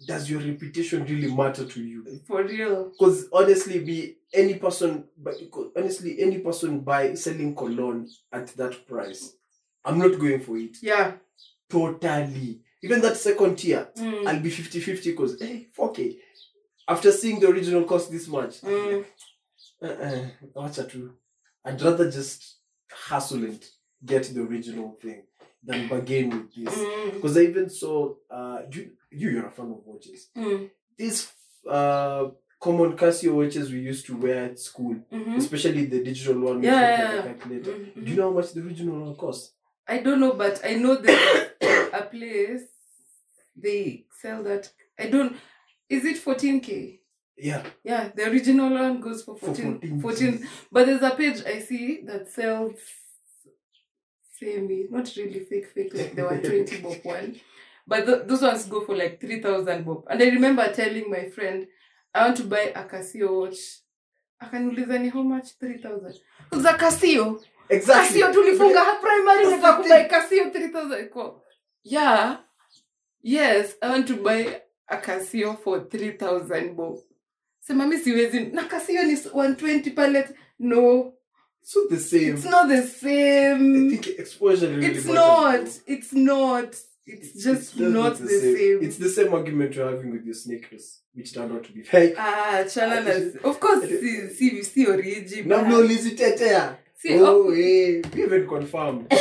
Speaker 1: does your reputation really matter to you?
Speaker 2: eh, For real.
Speaker 1: Because honestly, be any person, but because honestly, any person by selling cologne at that price, I'm not going for it
Speaker 2: Yeah.
Speaker 1: totally. Even that second tier,
Speaker 2: Mm.
Speaker 1: I'll be 50-50 because hey, fuck it. After seeing the original cost this much,
Speaker 2: Mm.
Speaker 1: uh-uh, wacha tu. I'd rather just hustle and get the original thing than bargain with this.
Speaker 2: Mm.
Speaker 1: Because I even saw uh, you, you, you're a fan of watches.
Speaker 2: Mm.
Speaker 1: These uh, common Casio watches we used to wear at school,
Speaker 2: Mhm.
Speaker 1: especially the digital one, which
Speaker 2: Yeah,
Speaker 1: looked like
Speaker 2: yeah,
Speaker 1: a calculator.
Speaker 2: Mhm.
Speaker 1: Do you know how much the original one cost?
Speaker 2: I don't know, but I know there's a place they sell that. I don't. Is it 14k?
Speaker 1: Yeah,
Speaker 2: Yeah, the original one goes for
Speaker 1: for 14.
Speaker 2: 14. 14. But there's a page I see that sells semi, not really fake, fake like the 120 bob one. But th- those ones go for like 3,000 bob. And I remember telling my friend, I want to buy a Casio watch. Akaniuliza ni how much? 3,000. Za Casio
Speaker 1: Exactly.
Speaker 2: kasio tulifunga ha primary
Speaker 1: That's the
Speaker 2: nikakubai kasio 3000 iko e yeah yes i want to buy a kasio for 3000 bob sema mi siwezi na kasio ni 120 palet no
Speaker 1: So the same.
Speaker 2: it's not the
Speaker 1: I
Speaker 2: same
Speaker 1: think exposure really
Speaker 2: it's
Speaker 1: matters.
Speaker 2: not it's not it's
Speaker 1: It's-
Speaker 2: just
Speaker 1: it's
Speaker 2: not the same,
Speaker 1: It's the same argument you're having with your sneakers, which turned out to be fake.
Speaker 2: ah chana na of course si si si origi
Speaker 1: Now no lizitetea.
Speaker 2: si
Speaker 1: Oh, hey, we even confirmed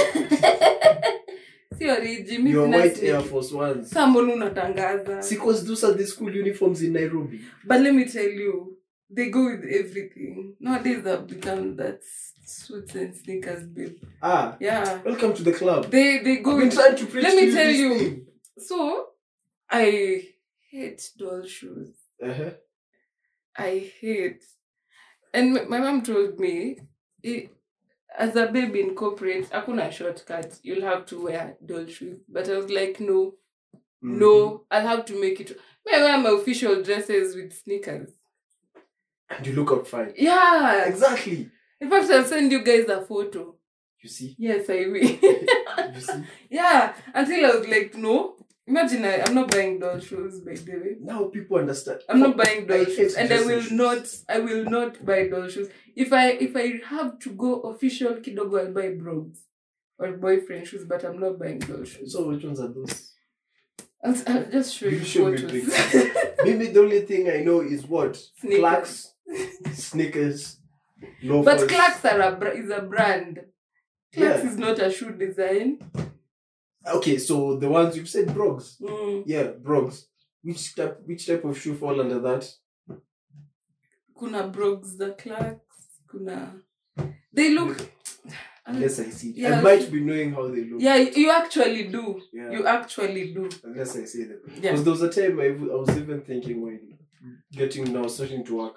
Speaker 2: si origi mi
Speaker 1: your
Speaker 2: sina
Speaker 1: white
Speaker 2: sneakers.
Speaker 1: Air Force Ones.
Speaker 2: Saa mbona unatangaza
Speaker 1: Because those are the school uniforms in Nairobi.
Speaker 2: But let me tell you, they go with everything. Nowadays, I've become that suits and sneakers, babe.
Speaker 1: Ah,
Speaker 2: Yeah,
Speaker 1: welcome to the club.
Speaker 2: they they go
Speaker 1: I've been
Speaker 2: with.
Speaker 1: trying to preach
Speaker 2: Let
Speaker 1: to
Speaker 2: me
Speaker 1: you
Speaker 2: tell
Speaker 1: this
Speaker 2: you.
Speaker 1: thing.
Speaker 2: So, I hate doll shoes.
Speaker 1: Uh-huh.
Speaker 2: I hate, and my- my mom told me, "Eh, as a baby in corporate, hakuna shortcut. You'll have to wear doll shoes. But I was like, no,
Speaker 1: Mm. Mm-hmm.
Speaker 2: no, I'll have to make it. I wear my official dresses with sneakers.
Speaker 1: And you look out fine.
Speaker 2: Yeah.
Speaker 1: Exactly.
Speaker 2: In fact, I'll send you guys a photo.
Speaker 1: You see?
Speaker 2: Yes, I will.
Speaker 1: You see?
Speaker 2: yeah, until I was like, no, me, Imagine I, I'm not buying doll shoes, by the way.
Speaker 1: Now people understand.
Speaker 2: I'm not buying doll
Speaker 1: I hate
Speaker 2: shoes, and I
Speaker 1: dressing
Speaker 2: will
Speaker 1: shoes.
Speaker 2: not. I will not buy doll shoes. If I if I have to go official kidogo, I'll buy brogues or boyfriend shoes, but I'm not buying doll shoes.
Speaker 1: So which ones are those?
Speaker 2: I'll, s- I'll just show
Speaker 1: You
Speaker 2: you
Speaker 1: show me
Speaker 2: photos.
Speaker 1: Maybe the only thing I know is what
Speaker 2: Sneakers.
Speaker 1: Clarks, sneakers, loafers.
Speaker 2: but Clarks are a br- is a brand. Clarks
Speaker 1: Yeah.
Speaker 2: is not a shoe design.
Speaker 1: Okay, so the ones you've said, Brogs.
Speaker 2: Mm.
Speaker 1: Yeah, Brogs. Which type? Which type of shoe fall under that?
Speaker 2: Kuna brogues, the Clarks. Kuna. They look.
Speaker 1: Unless I see.
Speaker 2: Yeah.
Speaker 1: I might be knowing how they look.
Speaker 2: Yeah, you actually do.
Speaker 1: Yeah.
Speaker 2: You actually do.
Speaker 1: Unless I see them. Because
Speaker 2: Yeah.
Speaker 1: there was a time I w- I was even thinking when getting now starting to work,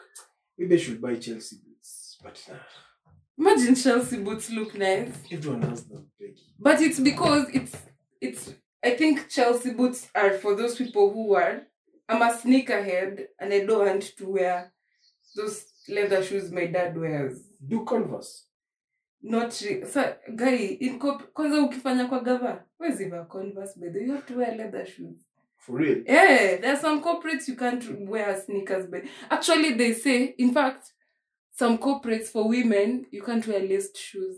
Speaker 1: maybe I should buy Chelsea boots. But nah,
Speaker 2: Imagine Chelsea boots look nice.
Speaker 1: everyone has them, Peggy.
Speaker 2: But it's because it's it's I think Chelsea boots are for those people who are I'm a sneakerhead and I don't want to wear those leather shoes my dad wears.
Speaker 1: Do Converse.
Speaker 2: Not re- so, guy in cop kwanza ukifanya kwa gava where's if a converse by the way? you have to wear leather shoes.
Speaker 1: For real.
Speaker 2: Yeah, there are some corporates you can't wear sneakers, but actually they say, in fact, some corporates for women you can't wear laced shoes.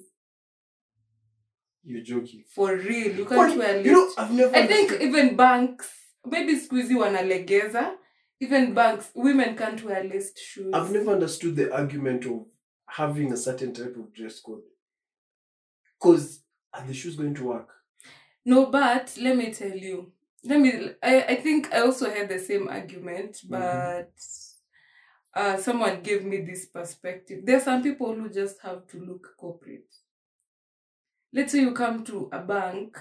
Speaker 1: You're joking.
Speaker 2: For real, you
Speaker 1: But,
Speaker 2: can't wear laced.
Speaker 1: you know, I've never
Speaker 2: I think
Speaker 1: understood-
Speaker 2: even banks, maybe squeezy wanalegeza. Even banks, women can't wear laced shoes.
Speaker 1: I've never understood the argument of having a certain type of dress code. Because are the shoes going to work?
Speaker 2: No, but let me tell you. Let me. I, I think I also had the same argument, but uh, someone gave me this perspective. There are some people who just have to look corporate. Let's say you come to a bank,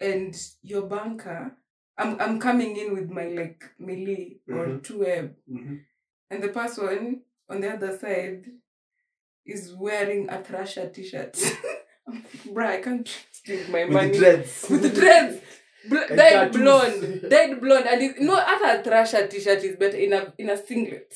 Speaker 2: and your banker. I'm I'm coming in with my like melee or
Speaker 1: Mhm.
Speaker 2: two web,
Speaker 1: Mm-hmm.
Speaker 2: and the person on the other side is wearing a Thrasher t-shirt. I'm like, Bruh, I can't steal my
Speaker 1: With the
Speaker 2: money
Speaker 1: dreads.
Speaker 2: with the dreads. Bl-
Speaker 1: And
Speaker 2: dyed
Speaker 1: tattoos.
Speaker 2: blonde, dyed blonde, and it, no, at a thrasher t-shirt is better in a in a singlet,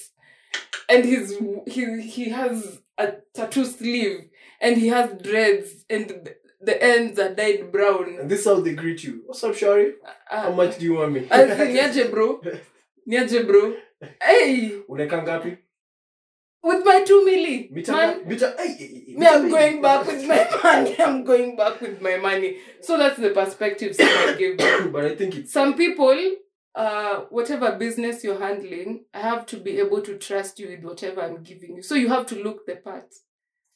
Speaker 2: and he's he he has a tattoo sleeve, and he has dreads, and the, the ends are dyed brown.
Speaker 1: And this is how they greet you. What's up, Shari? How
Speaker 2: Uh,
Speaker 1: much do you want me?
Speaker 2: as in, niaje bro, niaje bro, hey,
Speaker 1: Unakaa ngapi?
Speaker 2: with my two milli,
Speaker 1: Mita
Speaker 2: man,
Speaker 1: nga- mita- ay, ay, ay,
Speaker 2: me
Speaker 1: mita
Speaker 2: i'm
Speaker 1: mingi.
Speaker 2: going back with my money i'm going back with my money so that's the perspective someone gave me.
Speaker 1: but I think it's
Speaker 2: some people uh whatever business you're handling i have to be able to trust you with whatever i'm giving you so you have to look the part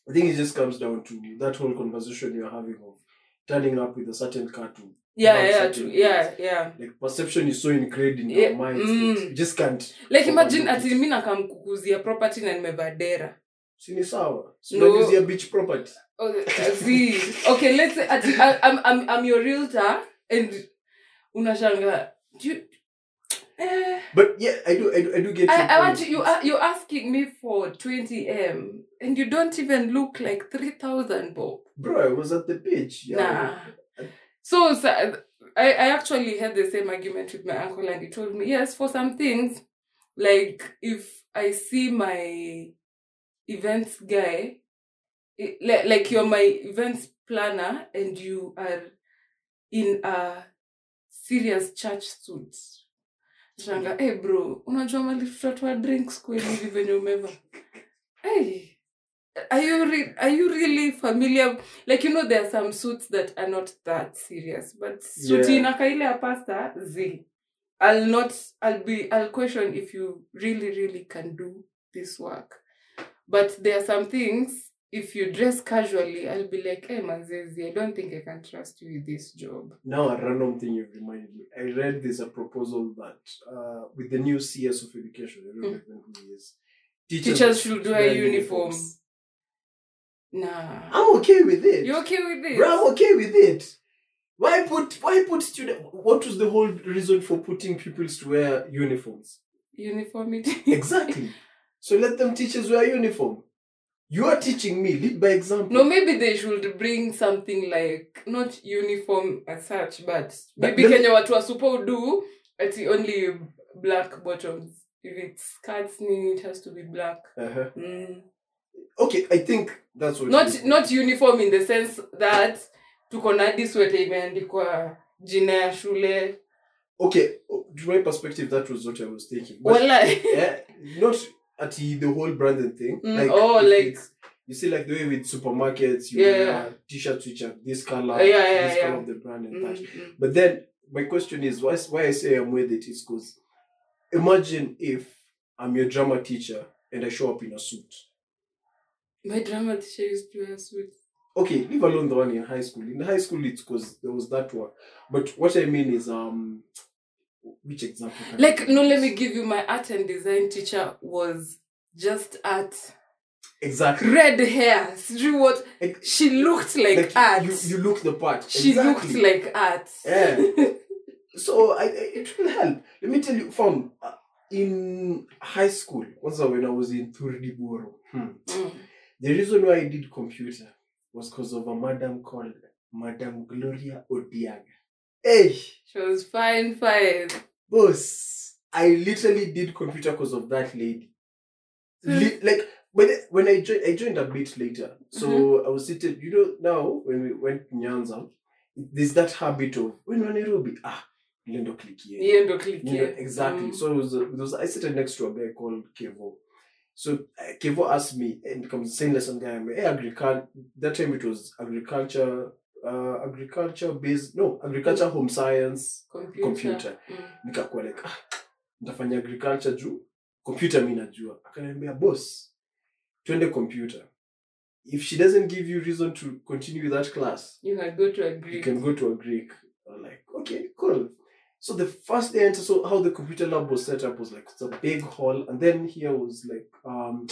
Speaker 1: I think it just comes down to that whole conversation you're having of turning up with a certain cartoon.
Speaker 2: yeah
Speaker 1: Not
Speaker 2: yeah
Speaker 1: certain
Speaker 2: to,
Speaker 1: things.
Speaker 2: yeah yeah
Speaker 1: Like perception is so ingrained in
Speaker 2: Yeah,
Speaker 1: our minds
Speaker 2: mm.
Speaker 1: that you just can't.
Speaker 2: like imagine
Speaker 1: overlook
Speaker 2: ati
Speaker 1: it.
Speaker 2: mi nakamkukuzia property na nimevaa dera
Speaker 1: Si ni sawa. So
Speaker 2: No.
Speaker 1: that is your beach property.
Speaker 2: Oh, see okay let's say ati I- I'm, I'm, i'm your realtor and unashanga do you, eh,
Speaker 1: But yeah, I do I do, I do get
Speaker 2: I,
Speaker 1: your
Speaker 2: I want you, uh,
Speaker 1: point.
Speaker 2: you are, you're asking me for 20 m and you don't even look like 3000 bob
Speaker 1: Bro, I was at the beach.
Speaker 2: Nah.
Speaker 1: Yeah.
Speaker 2: So, so I, I actually had the same argument with my uncle, and he told me, yes, for some things, like if I see my events guy, it, like, like you're my events planner and you are in a serious church suit. Shanga, hey bro, unajua mali tutatoa drinks kweli hivi venye umeva. Hey, are you re- are you really familiar like you know there are some suits that are not that serious but
Speaker 1: Yeah.
Speaker 2: suti inaka ile ya pasta z i'll not i'll be i'll question if you really really can do this work but there are some things if you dress casually i'll be like hey manzezi i don't think i can trust you with this job
Speaker 1: Now a random thing you've reminded me. I read there's a proposal that uh, with the new CS of education, I don't remember who he is.
Speaker 2: Mm. Teachers should wear
Speaker 1: wear
Speaker 2: uniform.
Speaker 1: uniforms.
Speaker 2: nah
Speaker 1: I'm okay with it.
Speaker 2: you okay with this
Speaker 1: Bro, I'm okay with it. Why put why put student? What was the whole reason for putting pupils to wear uniforms?
Speaker 2: uniformity
Speaker 1: Exactly. so let them teachers wear uniform. You are teaching me. Lead by example.
Speaker 2: No, maybe they should bring something like not uniform as such, but
Speaker 1: But
Speaker 2: maybe
Speaker 1: let me-
Speaker 2: Kenya watu wa supo do at only black bottoms. If it's skirts, ni- it has to be black.
Speaker 1: Uh-huh.
Speaker 2: Mm.
Speaker 1: Okay, I think that's what.
Speaker 2: Not not uniform in the sense that tuko na hadi sweta imeandikwa jina ya shule
Speaker 1: okay, oh, to my perspective, that was what I was thinking. But
Speaker 2: Well, like,
Speaker 1: yeah, not at the the whole branding thing.
Speaker 2: Mm, oh,
Speaker 1: if
Speaker 2: like-
Speaker 1: it's- you see, like the way with supermarkets, you
Speaker 2: Yeah,
Speaker 1: wear
Speaker 2: yeah.
Speaker 1: t-shirts which are this color,
Speaker 2: Yeah, yeah,
Speaker 1: this
Speaker 2: yeah.
Speaker 1: color of the brand, and that.
Speaker 2: mm, mm.
Speaker 1: But then my question is, why why I say I'm with it is because imagine if I'm your drama teacher and I show up in a suit.
Speaker 2: my drama teacher used to wear a suit.
Speaker 1: Okay, leave alone the one in high school. In high school, it's because there was that one. But what I mean is, um, which example? can I
Speaker 2: Like,
Speaker 1: give?
Speaker 2: no, let me give you my art and design teacher was just art.
Speaker 1: exactly
Speaker 2: Red hair. Sijui what?
Speaker 1: Ex-
Speaker 2: She looked like, art.
Speaker 1: You, you look the part.
Speaker 2: she
Speaker 1: Exactly.
Speaker 2: looked like art.
Speaker 1: Yeah. so I, I, it will help. Let me tell you, fam. uh, In high school, once when I was in Turdiboro, hmm,
Speaker 2: Mm.
Speaker 1: the reason why I did computer was because of a madam called Madam Gloria Odiaga. Hey,
Speaker 2: She was fine, fine.
Speaker 1: boss! I literally did computer because of that lady. Li- like when I- when I joined, I joined a bit later. So I was seated. You know, now when we went to Nyanza, there's that habit of when we're Nairobi, ah, Lindo click here.
Speaker 2: Yeye ndo clique.
Speaker 1: You know, exactly.
Speaker 2: Mm.
Speaker 1: So it was, it was I sat next to a guy called Kevo. So uh, Kevo asked me, and comes saying lesson guy, I'm, hey, agriculture. That time it was agriculture, uh, agriculture based, no, agriculture, home science,
Speaker 2: Computer.
Speaker 1: computer.
Speaker 2: Mm.
Speaker 1: Nikakuwa like, ah, nitafanya agriculture juu computer mi najua. Akaniambia boss, twende computer. If she doesn't give you reason to continue with that class,
Speaker 2: You can go to a
Speaker 1: you
Speaker 2: Greek.
Speaker 1: can go to a Greek. I'm like, okay, cool. So the first day I entered, so how the computer lab was set up was like it's a big hall, and then here was like um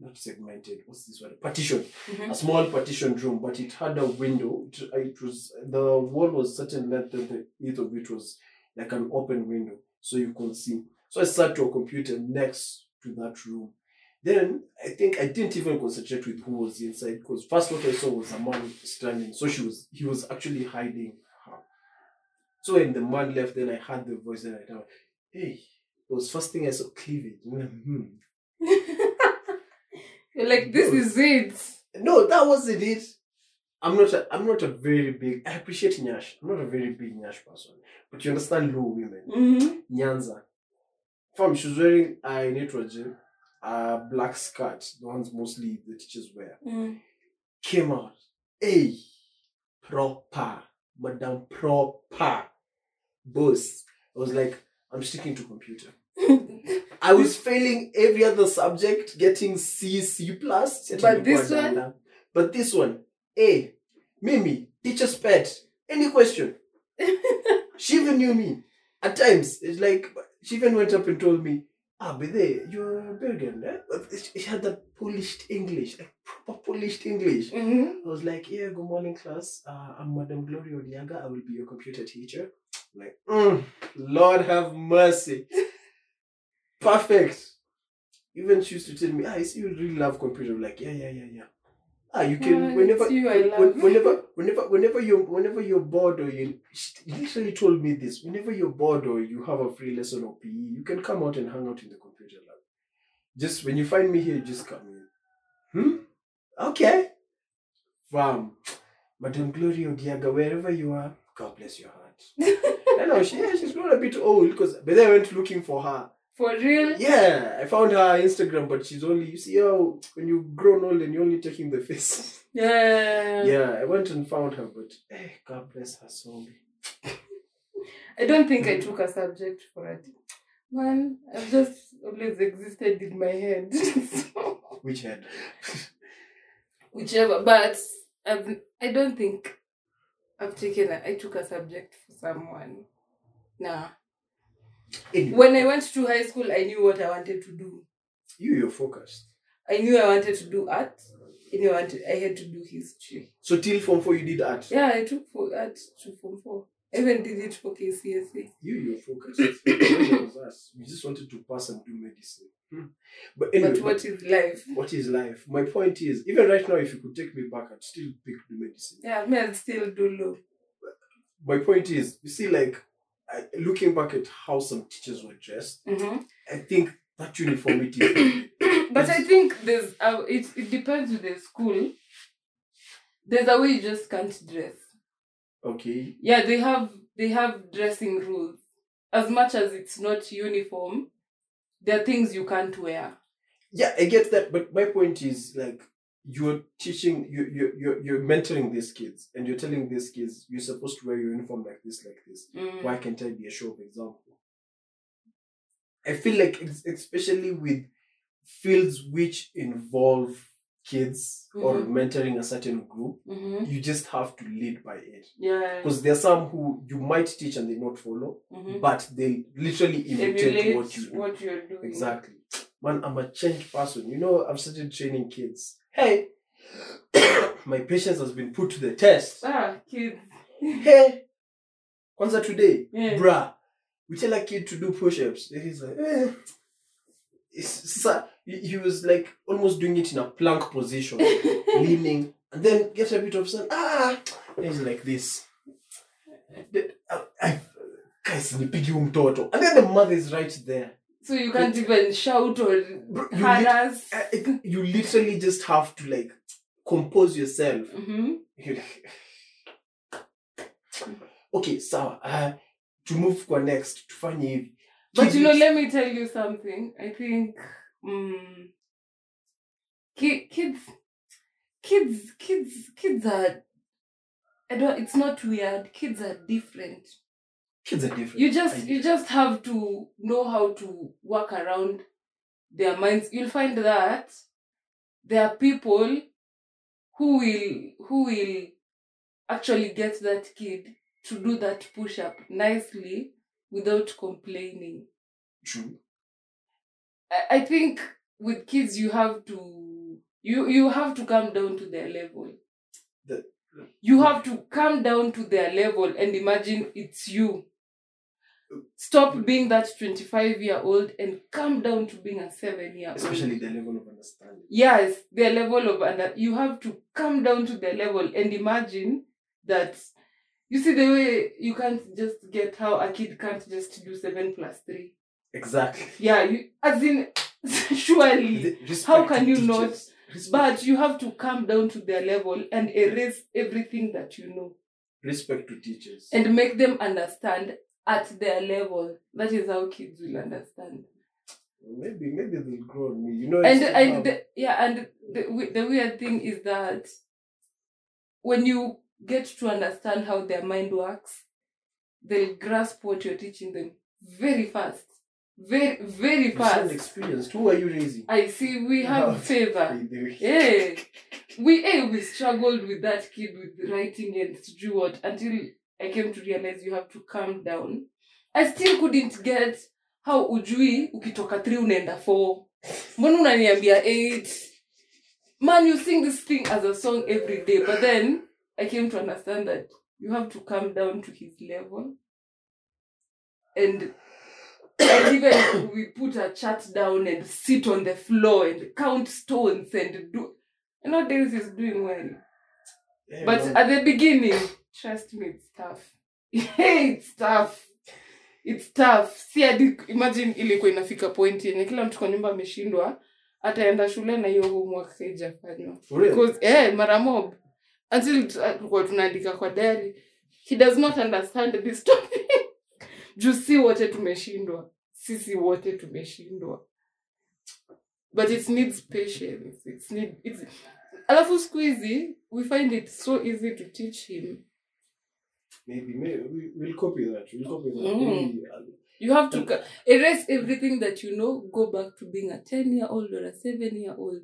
Speaker 1: not segmented, what's this one? Partition.
Speaker 2: Mhm.
Speaker 1: A small partition room, but it had a window. It, uh, it was the wall was certain length that the width of it was like an open window, so you could see. So I sat to a computer next to that room. Then I think I didn't even concentrate with who was inside because first what I saw was a man standing. So she was he was actually hiding her. So when the man left, then I heard the voice and I thought, hey, it was first thing I saw cleavage. hmm
Speaker 2: You're like, this is it.
Speaker 1: No, that wasn't it. I'm not a I'm not a very big I appreciate Nyash. I'm not a very big Nyash person. But you understand low women.
Speaker 2: Mhm.
Speaker 1: Nyanza. Fam, she's wearing a nitrogen, a black skirt, the ones mostly the teachers wear.
Speaker 2: Mm.
Speaker 1: Came out. Hey, proper. Madam proper. Boss. I was like, I'm sticking to computer.
Speaker 2: Mm-hmm.
Speaker 1: I was failing every other subject, getting C, C plus. sitting
Speaker 2: But
Speaker 1: in
Speaker 2: this
Speaker 1: Rwanda.
Speaker 2: one?
Speaker 1: But this one, A, Mimi, teacher's pet. Any question? she even knew me. At times, it's like she even went up and told me, "Ah, but there, you're a Belgian, eh?" But She she had that polished English, like proper polished English.
Speaker 2: Mhm.
Speaker 1: I was like, "Yeah, good morning, class. Uh, I'm Madam Gloria Odiaga. I will be your computer teacher." I'm like, "Mm, Lord have mercy. Perfect. Even she used to tell me, "Ah, I see you really love computer." I'm like, "Yeah, yeah, yeah, yeah." Ah, you can
Speaker 2: Ah, it's
Speaker 1: whenever,
Speaker 2: you I
Speaker 1: when-
Speaker 2: love.
Speaker 1: whenever, whenever, whenever you, whenever you're bored or you, she literally told me this. Whenever you're bored or you have a free lesson or PE, you can come out and hang out in the computer lab. Just when you find me here, you just come in. Hmm. Okay. Wow. Madam Gloria Odiaga, wherever you are, God bless your heart. I know she, yeah, she's grown a bit old because but then I went looking for her.
Speaker 2: For real?
Speaker 1: Yeah, I found her Instagram, but she's only you see how when you grown old and you're only taking the face.
Speaker 2: Yeah.
Speaker 1: yeah, I went and found her, but eh, God bless her soul.
Speaker 2: I don't think I took a subject for it. Man, I've just always existed in my head.
Speaker 1: Which head?
Speaker 2: Whichever. But I've, I don't think I've taken a, I took a subject for someone. Nah.
Speaker 1: Anyway,
Speaker 2: When I went to high school, I knew what I wanted to do.
Speaker 1: you you're focused.
Speaker 2: I knew I wanted to do art. I knew I, wanted, I had to do history.
Speaker 1: So till form four you did art.
Speaker 2: Yeah, I took for art to form four. I even did it for KCSE.
Speaker 1: You you're focused. Mine was us. we just wanted to pass and do medicine. Hmm. But anyway,
Speaker 2: But what is life?
Speaker 1: what is life? My point is, even right now, if you could take me back, I'd still pick the medicine.
Speaker 2: Yeah, me, I still do low.
Speaker 1: My point is, you see, like, I, looking back at how some teachers were dressed,
Speaker 2: Mm-hmm.
Speaker 1: I think that uniformity. is-
Speaker 2: but I think there's uh, it, it depends with the school. There's a way you just can't dress.
Speaker 1: okay,
Speaker 2: Yeah, they have they have dressing rules. As much as it's not uniform, there are things you can't wear.
Speaker 1: Yeah, I get that, but my point is like you're teaching you you you're, you're mentoring these kids and you're telling these kids you're supposed to wear your uniform like this like this
Speaker 2: Mm.
Speaker 1: why can't i be a show of example i feel like ex- especially with fields which involve kids or
Speaker 2: Mhm.
Speaker 1: mentoring a certain group
Speaker 2: hmm
Speaker 1: you just have to lead by it
Speaker 2: Yeah.
Speaker 1: because there are some who you might teach and they not follow
Speaker 2: Mhm.
Speaker 1: but they literally imitate
Speaker 2: Emulate
Speaker 1: what you do
Speaker 2: are doing.
Speaker 1: Exactly. Man, I'm a changed person. You know, I've started training kids. Hey, my patience has been put to the test.
Speaker 2: Ah, kids.
Speaker 1: Hey, Kwanzaa today,
Speaker 2: Yeah.
Speaker 1: bruh, we tell a kid to do push ups. He's like, eh. It's, sa- he he was like almost doing it in a plank position, leaning, and then gets a bit of sun. Ah, and he's like this. The- I, I, guys, nipigi huyu mtoto. And then the mother is right there.
Speaker 2: So you can't even shout or
Speaker 1: Bro, you lit-
Speaker 2: harass.
Speaker 1: I- I- you literally just have to like compose yourself.
Speaker 2: hmm
Speaker 1: You're like, okay, sawa. Uh, to move kwa next, tufanye hivi.
Speaker 2: But
Speaker 1: Kids-
Speaker 2: you know, let me tell you something. I think mm, ki- kids, kids, kids, kids are. I don't. It's not weird. Kids are different.
Speaker 1: kids are different.
Speaker 2: You just
Speaker 1: I-
Speaker 2: you just have to know how to work around their minds. You'll find that there are people who will who will actually get that kid to do that push up nicely without complaining.
Speaker 1: true.
Speaker 2: I, I think with kids you have to you you have to come down to their level.
Speaker 1: The-
Speaker 2: you have to come down to their level and imagine it's you.
Speaker 1: Mm.
Speaker 2: Stop being that 25 year old and come down to being a 7 year old.
Speaker 1: Especially the level of understanding.
Speaker 2: Yes, their level of under you have to come down to their level and imagine that you see the way you can't just get how a kid can't just do seven plus three.
Speaker 1: Exactly.
Speaker 2: Yeah, you as in surely
Speaker 1: The respect
Speaker 2: how can
Speaker 1: to
Speaker 2: you
Speaker 1: teachers.
Speaker 2: not-
Speaker 1: Respect,
Speaker 2: but you have to come down to their level and erase everything that you know
Speaker 1: respect to teachers.
Speaker 2: and make them understand at their level. That is how kids will understand.
Speaker 1: maybe maybe they'll grow on me. You know.
Speaker 2: And
Speaker 1: it's- um,
Speaker 2: and the, yeah, and the we- the weird thing is that when you get to understand how their mind works, they'll grasp what you're teaching them very fast, very very
Speaker 1: you sound
Speaker 2: fast.
Speaker 1: experienced. Who are you raising?
Speaker 2: I see. We
Speaker 1: No.
Speaker 2: have favor. Uh, Yeah. We eh, we struggled with that kid with writing and sijui what until I came to realize you have to calm down. I still couldn't get how ujui ukitoka 3 unaenda 4. Mbona unaniambia 8? Man, you sing this thing as a song every day, but then I came to understand that you have to come down to his level. And and even we put a chart down and sit on the floor and count stones and do and nowadays he's doing well.
Speaker 1: Yeah,
Speaker 2: But uh,
Speaker 1: man.
Speaker 2: at the beginning, trust me, it's tough. it's tough. It's tough. Si hadi imagine ilikuwa inafika point yenye kila mtu kwa nyumba ameshindwa ataenda shule na hiyo homework haijafanywa.
Speaker 1: For real.
Speaker 2: Because eh mara mob until tu- tulikuwa tunaandika kwa diary he does not understand this topic. Juu si wote tumeshindwa. Sisi wote tumeshindwa. But it needs patience. It's need it's alafu siku hizi we find it so easy to teach him
Speaker 1: Maybe, maybe we- we'll copy that. We'll copy that.
Speaker 2: Mm.
Speaker 1: Maybe, uh,
Speaker 2: you have to ca- erase everything that you know go back to being a 10 year old or a 7 year old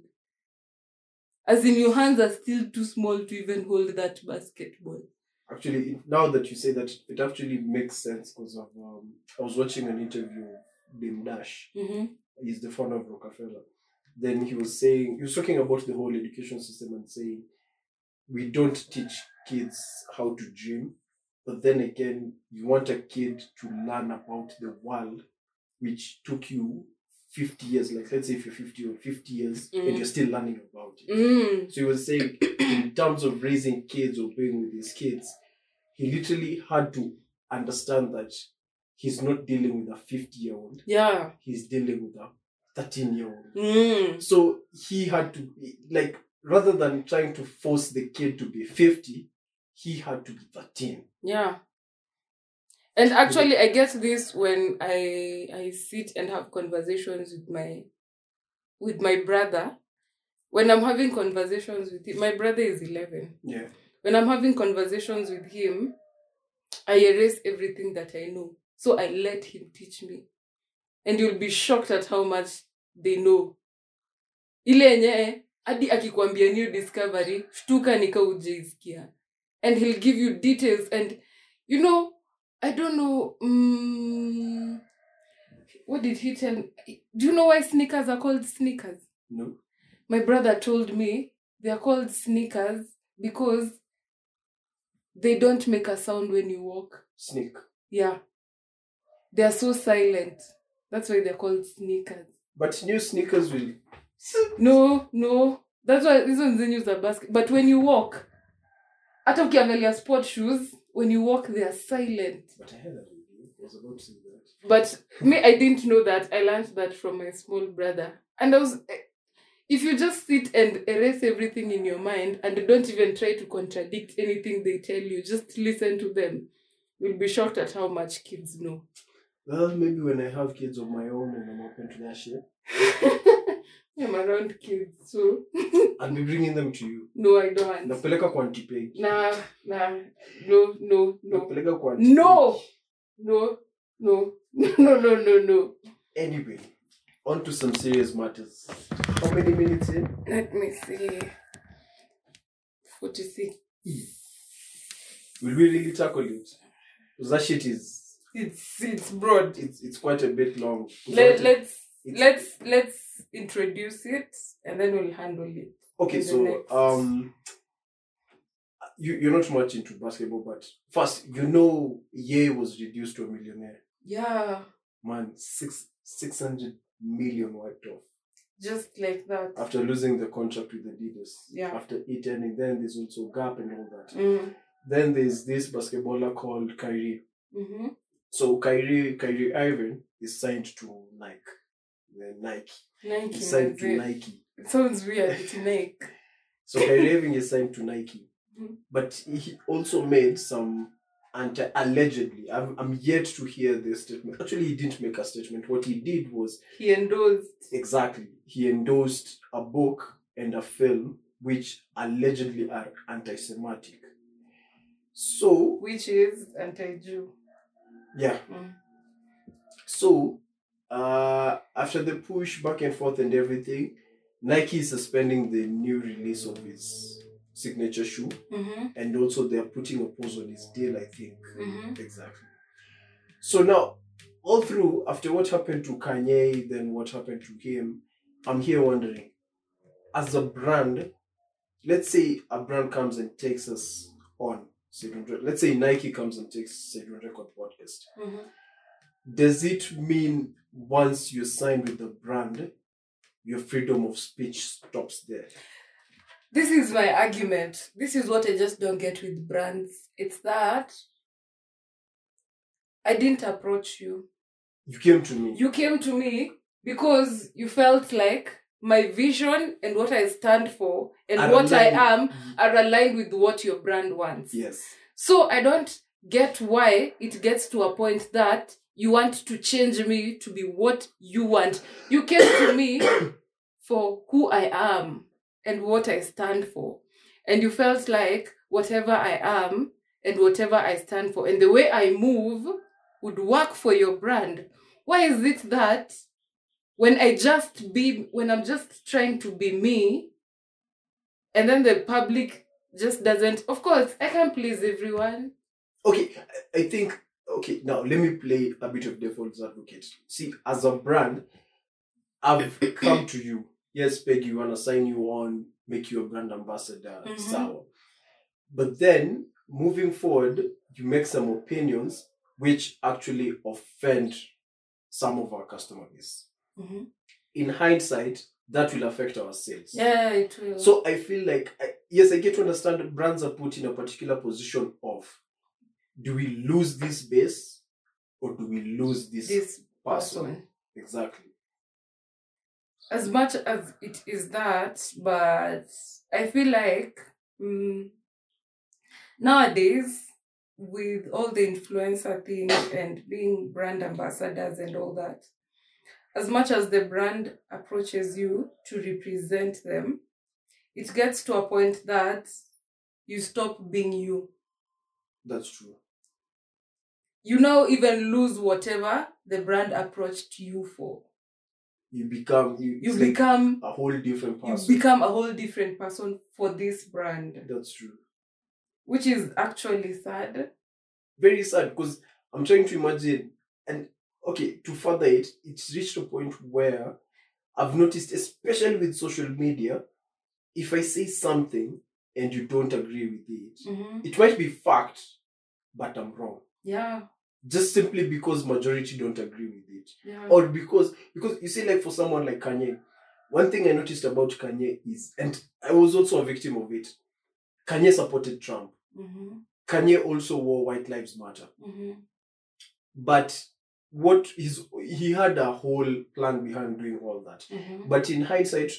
Speaker 2: as in your hands are still too small to even hold that basketball
Speaker 1: Actually, it- now that you say that, it actually makes sense because of um, I was watching an interview with Dame Dash.
Speaker 2: mm-hmm.
Speaker 1: He's the founder of Rockefeller. Then he was saying he was talking about the whole education system and saying we don't teach kids how to dream, but then again, you want a kid to learn about the world, which took you fifty years. Like let's say if you're fifty or fifty years, and
Speaker 2: Mm.
Speaker 1: you're still learning about it.
Speaker 2: mm.
Speaker 1: So he was saying, in terms of raising kids or being with his kids, he literally had to understand that he's not dealing with a 50 year old,
Speaker 2: yeah
Speaker 1: he's dealing with a 13 year old.
Speaker 2: mm.
Speaker 1: So he had to, be- like, rather than trying to force the kid to be 50, he had to be 13.
Speaker 2: yeah And actually, I get this when I I sit and have conversations with my with my brother. When I'm having conversations with him, my brother is eleven.
Speaker 1: Yeah.
Speaker 2: When I'm having conversations with him, I erase everything that I know, so I let him teach me. And you'll be shocked at how much they know. Ile yenye eh, hadi akikwambia new discovery, shtuka nika ujeisikia. And he'll give you details and you know I don't know. Mm, what did he tell? Do you know why sneakers are called sneakers?
Speaker 1: No.
Speaker 2: My brother told me they are called sneakers because they don't make a sound when you walk.
Speaker 1: Sneak.
Speaker 2: Yeah. They are so silent. That's why they're called sneakers.
Speaker 1: But new sneakers will.
Speaker 2: No, no. That's why these ones they use a basket. But when you walk, hata ukiangalia sport shoes, when you walk, they are silent.
Speaker 1: But I heard that. already. I was about to say that.
Speaker 2: But me, I didn't know that. I learned that from my small brother. And I was, eh, if you just sit and erase everything in your mind and don't even try to contradict anything they tell you, just listen to them, you'll be shocked at how much kids know.
Speaker 1: Well, maybe when I have kids of my own and I'm open to that shit,
Speaker 2: I'm around kids, so
Speaker 1: I'll be bringing them to you.
Speaker 2: no, I don't. want.
Speaker 1: Napeleka kwa auntie Peg.
Speaker 2: Nah, nah, no, no, no,
Speaker 1: Napeleka kwa auntie
Speaker 2: no,
Speaker 1: Peg.
Speaker 2: no, no, no, no, no, no.
Speaker 1: Anyway, on to some serious matters. How many minutes eh? in?
Speaker 2: Let me see. 46.
Speaker 1: Will we really tackle it? 'Cause that shit is
Speaker 2: It's, it's broad.
Speaker 1: it's it's quite a bit long.
Speaker 2: Let, let's
Speaker 1: It's-
Speaker 2: let's let's introduce it and then we'll handle it.
Speaker 1: Okay,
Speaker 2: in the
Speaker 1: so
Speaker 2: next-
Speaker 1: um, you you're not much into basketball, but first you know Ye was reduced to a millionaire.
Speaker 2: Yeah,
Speaker 1: Man, six six hundred million wiped off
Speaker 2: just like that.
Speaker 1: after losing the contract with Adidas.
Speaker 2: Yeah.
Speaker 1: After it ending, then there's also Gap and all that.
Speaker 2: Mm.
Speaker 1: Then there's this basketballer called Kyrie.
Speaker 2: hmm
Speaker 1: So Kyrie Kyrie Irving is signed to Nike. The Nike.
Speaker 2: Nike.
Speaker 1: He's signed to
Speaker 2: Nike.
Speaker 1: Nike.
Speaker 2: It sounds weird. It's Nike.
Speaker 1: So Kyrie Irving is signed to Nike,
Speaker 2: Mhm.
Speaker 1: but he also made some anti allegedly. I'm, I'm yet to hear the statement. Actually, he didn't make a statement. What he did was
Speaker 2: He endorsed.
Speaker 1: exactly he endorsed a book and a film which allegedly are anti-Semitic. So
Speaker 2: Which is anti-Jew.
Speaker 1: yeah,
Speaker 2: Mm.
Speaker 1: so uh, after the push back and forth and everything, Nike is suspending the new release of his signature shoe.
Speaker 2: Mm-hmm.
Speaker 1: and also they're putting a pause on his deal, I think.
Speaker 2: Mm-hmm.
Speaker 1: Exactly. So now, all through, after what happened to Kanye, then what happened to him, I'm here wondering, as a brand, let's say a brand comes and takes us on, Second Record- let's say Nike comes and takes Second Record Podcast.
Speaker 2: Mm-hmm.
Speaker 1: Does it mean once you sign with the brand, your freedom of speech stops there?
Speaker 2: This is my argument. This is what I just don't get with brands. It's that I didn't approach you.
Speaker 1: You came to me.
Speaker 2: you came to me because you felt like my vision and what I stand for and
Speaker 1: Are
Speaker 2: what I
Speaker 1: aligned.
Speaker 2: am are aligned with what your brand wants.
Speaker 1: Yes.
Speaker 2: So I don't get why it gets to a point that you want to change me to be what you want. You came to me for who I am and what I stand for. And you felt like whatever I am and whatever I stand for and the way I move would work for your brand. Why is it that when I just be, when I'm just trying to be me, and then the public just doesn't of course i can't please everyone
Speaker 1: okay I- i think okay now let me play a bit of devil's advocate see as a brand i've come to you yes peggy we want to sign you on make you a brand ambassador
Speaker 2: Mhm.
Speaker 1: sour but then moving forward you make some opinions which actually offend some of our customer base in hindsight that will affect our sales
Speaker 2: yeah it will
Speaker 1: so I feel like, I, yes, I get to understand brands are put in a particular position of do we lose this base or do we lose this,
Speaker 2: this
Speaker 1: person?
Speaker 2: person
Speaker 1: Exactly.
Speaker 2: as much as it is that but i feel like mm, nowadays with all the influencer thing and being brand ambassadors and all that, as much as the brand approaches you to represent them, it gets to a point that you stop being you.
Speaker 1: That's true.
Speaker 2: You now even lose whatever the brand approached you for.
Speaker 1: You become you,
Speaker 2: You
Speaker 1: it's like
Speaker 2: become
Speaker 1: a whole different
Speaker 2: you
Speaker 1: person.
Speaker 2: become a whole different person for this brand,
Speaker 1: That's true.
Speaker 2: which is actually sad.
Speaker 1: Very sad because I'm trying to imagine and okay, to further it, it's reached a point where I've noticed, especially with social media, if I say something and you don't agree with it, it might be fact, but I'm wrong.
Speaker 2: Yeah,
Speaker 1: Just simply because majority don't agree with it.
Speaker 2: yeah.
Speaker 1: or because because you see like for someone like kanye one thing i noticed about kanye is and i was also a victim of it kanye supported trump
Speaker 2: hmm
Speaker 1: kanye also wore white lives matter
Speaker 2: hmm
Speaker 1: but what his he had a whole plan behind doing all that
Speaker 2: hmm
Speaker 1: but in hindsight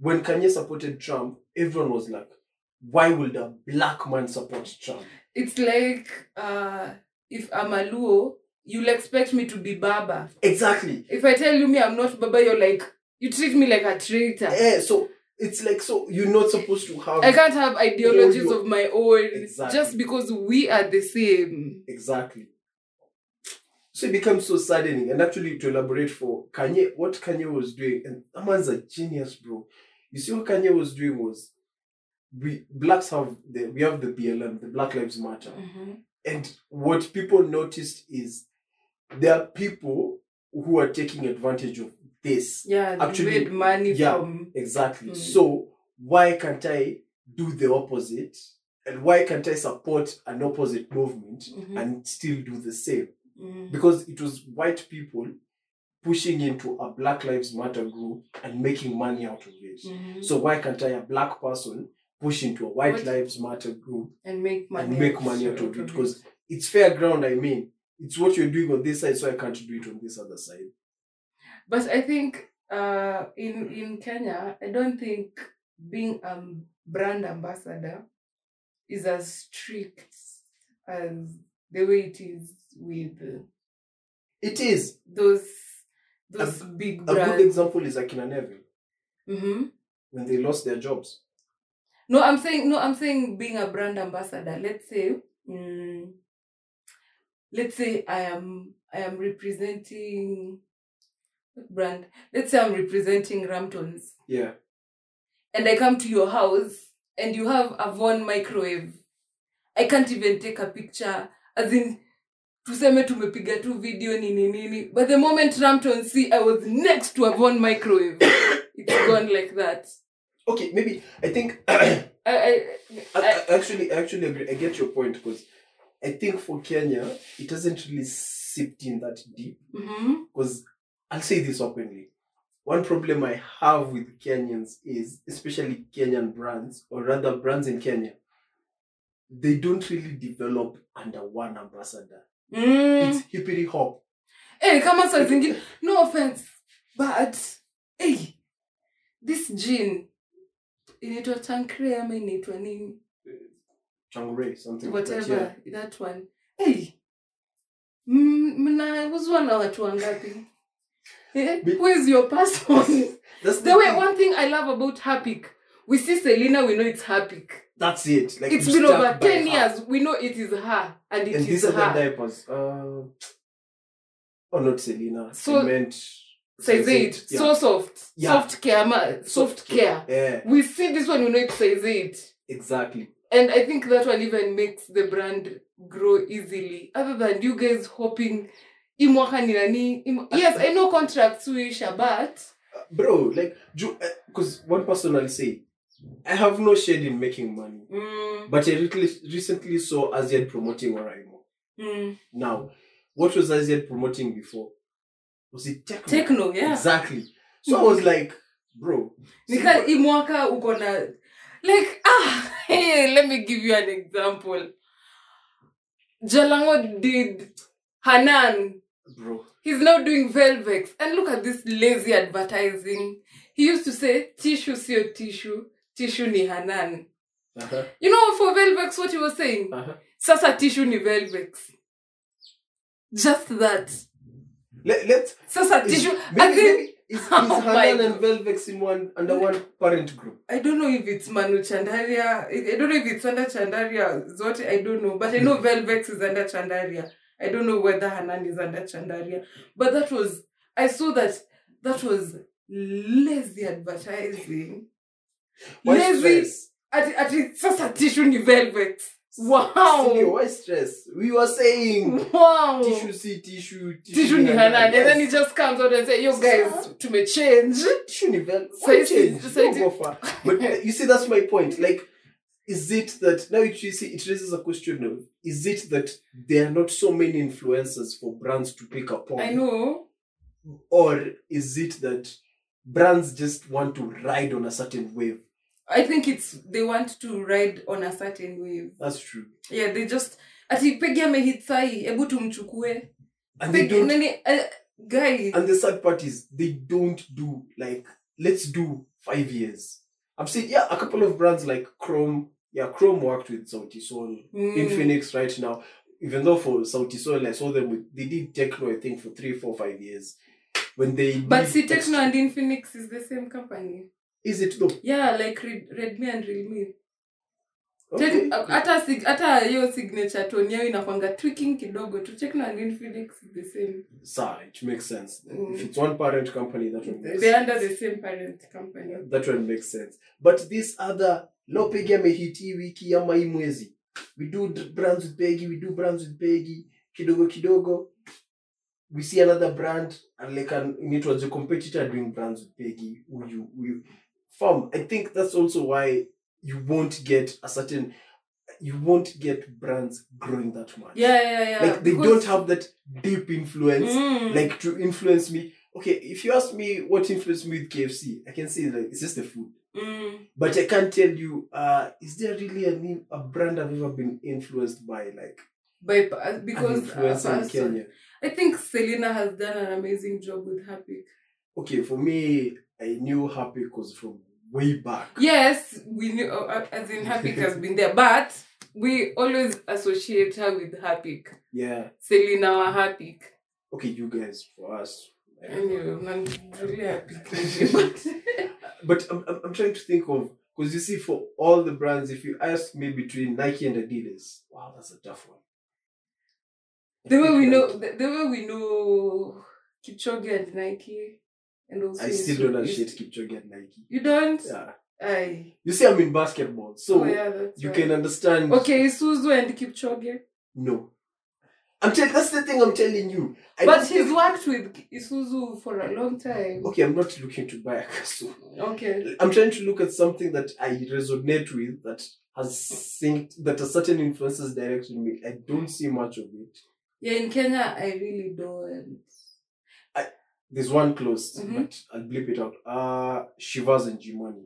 Speaker 1: when kanye supported trump everyone was like why would a black man support trump
Speaker 2: It's like uh, if I'm a Luo, you'll expect me to be Baba.
Speaker 1: exactly
Speaker 2: If I tell you me I'm not Baba, you're like, you treat me like a traitor.
Speaker 1: yeah so it's like so you're not supposed to have
Speaker 2: I can't have ideologies
Speaker 1: Hold your-
Speaker 2: of my own
Speaker 1: Oh, Exactly.
Speaker 2: just because we are the same.
Speaker 1: Exactly. So it becomes so saddening. And actually, to elaborate for Kanye, what Kanye was doing, and that man's a genius, bro. You see, what Kanye was doing was, we blacks have the we have the BLM, the Black Lives Matter, and what people noticed is there are people who are taking advantage of this.
Speaker 2: Yeah, they
Speaker 1: Actually,
Speaker 2: made money
Speaker 1: yeah.
Speaker 2: from.
Speaker 1: Exactly.
Speaker 2: Mm.
Speaker 1: So why can't I do the opposite? And why can't I support an opposite movement
Speaker 2: Mhm.
Speaker 1: and Mm-hmm. still do the same?
Speaker 2: Mhm.
Speaker 1: because it was white people pushing into a Black Lives Matter group and making money out of it.
Speaker 2: Mhm.
Speaker 1: So why can't I, a black person, push into a White
Speaker 2: What-
Speaker 1: Lives Matter group?
Speaker 2: and make money
Speaker 1: and make money out of it, 'cause-
Speaker 2: it.
Speaker 1: It's fair ground. I mean, it's what you're doing on this side, so I can't do it on this other side.
Speaker 2: but i think uh in in kenya i don't think being a brand ambassador is as strict as the way it is with
Speaker 1: It is
Speaker 2: those those big
Speaker 1: a good
Speaker 2: brands
Speaker 1: example is Akina Neville
Speaker 2: hmm
Speaker 1: when they lost their jobs.
Speaker 2: no i'm saying no i'm saying being a brand ambassador let's say mm, let's say i am i am representing what brand let's say i'm representing ramptons
Speaker 1: Yeah,
Speaker 2: and I come to your house and you have a Avon microwave, I can't even take a picture. As in, tuseme tumepiga tu video nini nini. But the moment Rampton see I was next to a Avon microwave, it's gone like that.
Speaker 1: okay, maybe I think I,
Speaker 2: I, I, Uh,
Speaker 1: I actually I actually agree. I get your point because I think for Kenya it hasn't really seeped in that deep.
Speaker 2: mm-hmm,
Speaker 1: because I'll say this openly. One problem I have with Kenyans is, especially Kenyan brands, or rather brands in Kenya, they don't really develop under one ambassador.
Speaker 2: mm.
Speaker 1: It's hippity hop.
Speaker 2: Hey, kama saa zingine, no offense, but hey, this gene inaitwa Tankrey ama inaitwa nini?
Speaker 1: Changre, something like that. Yeah.
Speaker 2: whatever that one hey m- mnauzwa na watu wangapi Eh,
Speaker 1: Be-
Speaker 2: who is your person
Speaker 1: That's
Speaker 2: the way
Speaker 1: thing.
Speaker 2: one thing i love about hapik we see selena we know it's hapik
Speaker 1: That's it. Like
Speaker 2: it's
Speaker 1: you
Speaker 2: been
Speaker 1: stuck
Speaker 2: over
Speaker 1: by
Speaker 2: 10
Speaker 1: her.
Speaker 2: years we know it is her and it
Speaker 1: And
Speaker 2: is
Speaker 1: these are the
Speaker 2: her
Speaker 1: diapers. Uh, oh, not Selena.
Speaker 2: So-
Speaker 1: So, meant.
Speaker 2: size it
Speaker 1: Yeah.
Speaker 2: so soft
Speaker 1: Yeah.
Speaker 2: soft care ama soft care
Speaker 1: Yeah,
Speaker 2: we see this one we know it's size it
Speaker 1: exactly.
Speaker 2: and i think that one even makes the brand grow easily other than you guys hoping hii mwaka ni nani hii mwa- yes i know contracts huisha but
Speaker 1: Uh, bro, like, because one person I'll say, I have no shade in making money.
Speaker 2: mm,
Speaker 1: But I recently, recently saw ASEAN promoting Oraimo.
Speaker 2: mm,
Speaker 1: Now, what was ASEAN promoting before? Was it techno?
Speaker 2: techno yeah Mm-hmm.
Speaker 1: Exactly. So I was like, bro.
Speaker 2: nika hii mwaka uko na like ah hey, let me give you an example jalango did hanan
Speaker 1: Bro.
Speaker 2: He's now doing Velvex. And look at this lazy advertising. He used to say, tissue sio tissue, tissue ni Hanan.
Speaker 1: Uh-huh.
Speaker 2: You know, for Velvex, what he was saying?
Speaker 1: Uh-huh.
Speaker 2: sasa tishu ni velvex just that
Speaker 1: Let, let's
Speaker 2: sasa
Speaker 1: is-
Speaker 2: tishu I,
Speaker 1: maybe-
Speaker 2: think,
Speaker 1: maybe is, is
Speaker 2: Oh my
Speaker 1: Hanan and Velvex in one under one parent group?
Speaker 2: i don't know if it's manu chandaria i don't know if it's under chandaria zote i don't know but i know velvex is under chandaria i don't know whether hanan is under chandaria but that was i saw that that was lazy advertising
Speaker 1: Why
Speaker 2: lazy
Speaker 1: stress?
Speaker 2: ati, ati sasa tishu ni velvex
Speaker 1: Silly,
Speaker 2: wow
Speaker 1: why stress? We were saying
Speaker 2: wow
Speaker 1: tissue see tissue
Speaker 2: Oh. tissue ni
Speaker 1: Hanan.
Speaker 2: hanan and then he
Speaker 1: Yes.
Speaker 2: just comes out and say yo guys
Speaker 1: Sir?
Speaker 2: tumechange
Speaker 1: tissue ni Vel-
Speaker 2: So
Speaker 1: why
Speaker 2: it's-
Speaker 1: change?
Speaker 2: so
Speaker 1: Don't
Speaker 2: it's-
Speaker 1: go far. But uh, you see, that's my point. Like, is it that now it, you see it raises a question of is it that there are not so many influencers for brands to pick upon?
Speaker 2: i know
Speaker 1: or is it that brands just want to ride on a certain wave?
Speaker 2: i think it's they want to ride on a certain wave
Speaker 1: That's true.
Speaker 2: yeah they just ati pegi amehitsai hebu tumchukue
Speaker 1: And they
Speaker 2: Pegi-
Speaker 1: don't
Speaker 2: nani uh, guy
Speaker 1: and the sad part is they don't do like let's do five years. I'm saying yeah, a couple of brands like Chrome, yeah, Chrome worked with Sauti Sol
Speaker 2: Mm.
Speaker 1: in Phoenix right now. Even though for Sauti Sol, I saw them with they did techno, I think, for three, four, five years. When they
Speaker 2: but
Speaker 1: did
Speaker 2: see
Speaker 1: extra-
Speaker 2: techno and infinix is the same company
Speaker 1: is it though?
Speaker 2: yeah like Red, redmi and realme
Speaker 1: Okay.
Speaker 2: Techn- hata uh, sig- hata hiyo signature tone yao inakwanga tweaking kidogo tu techno and infinix is the same
Speaker 1: Sir, it makes sense. If
Speaker 2: Mm.
Speaker 1: it's one parent company, that one makes
Speaker 2: they're under the same parent company
Speaker 1: that one makes sense but this other lopiga mehiti wiki ama hii mwezi we do d- brands with begi we do brands with begi kidogo kidogo we see another brand and like an it was a competitor doing brands with begi you you farm i think that's also why you won't get a certain you won't get brands growing that much
Speaker 2: yeah yeah yeah
Speaker 1: like they
Speaker 2: because-
Speaker 1: don't have that deep influence
Speaker 2: Mm.
Speaker 1: like to influence me okay if you ask me what influenced me with kfc i can say like it's just the food
Speaker 2: Mm.
Speaker 1: but i can't tell you uh is there really a new a brand i've ever been influenced by like
Speaker 2: by pa-
Speaker 1: an
Speaker 2: because uh,
Speaker 1: influencer in
Speaker 2: person-
Speaker 1: kenya
Speaker 2: I think Selena has done an amazing job with Happy.
Speaker 1: okay for me i knew happy because from way back
Speaker 2: Yes, we knew uh, uh, as in Happy has been there, but we always associate her with Happy.
Speaker 1: yeah
Speaker 2: Selena wa Happy.
Speaker 1: okay you guys for us like-
Speaker 2: Anyway, man, really Happy. But
Speaker 1: but I'm, I'm, I'm trying to think of because you see for all the brands if you ask me between nike and adidas wow that's a tough one I
Speaker 2: the way
Speaker 1: think
Speaker 2: we
Speaker 1: like-
Speaker 2: know, the, the way we know Kipchoge and Nike, and also
Speaker 1: I
Speaker 2: you
Speaker 1: still
Speaker 2: see-
Speaker 1: don't
Speaker 2: you-
Speaker 1: associate Kipchoge and Nike.
Speaker 2: You don't?
Speaker 1: Yeah.
Speaker 2: Aye.
Speaker 1: You see, I'm in basketball, so
Speaker 2: oh yeah, that's
Speaker 1: you
Speaker 2: right.
Speaker 1: can understand.
Speaker 2: Okay, Isuzu and Kipchoge,
Speaker 1: No. I'm tell- that's the thing I'm telling you. I
Speaker 2: but
Speaker 1: don't
Speaker 2: he's
Speaker 1: think-
Speaker 2: worked with Isuzu for a long time.
Speaker 1: Okay, I'm not looking to buy a castle.
Speaker 2: Okay.
Speaker 1: I'm trying to look at something that I resonate with that has synced, that a certain influences directed me. I don't see much of it.
Speaker 2: Yeah, in Kenya, I really don't.
Speaker 1: There's one close,
Speaker 2: Mhm.
Speaker 1: but I'll blip it out. Uh Shivas and Jimoni.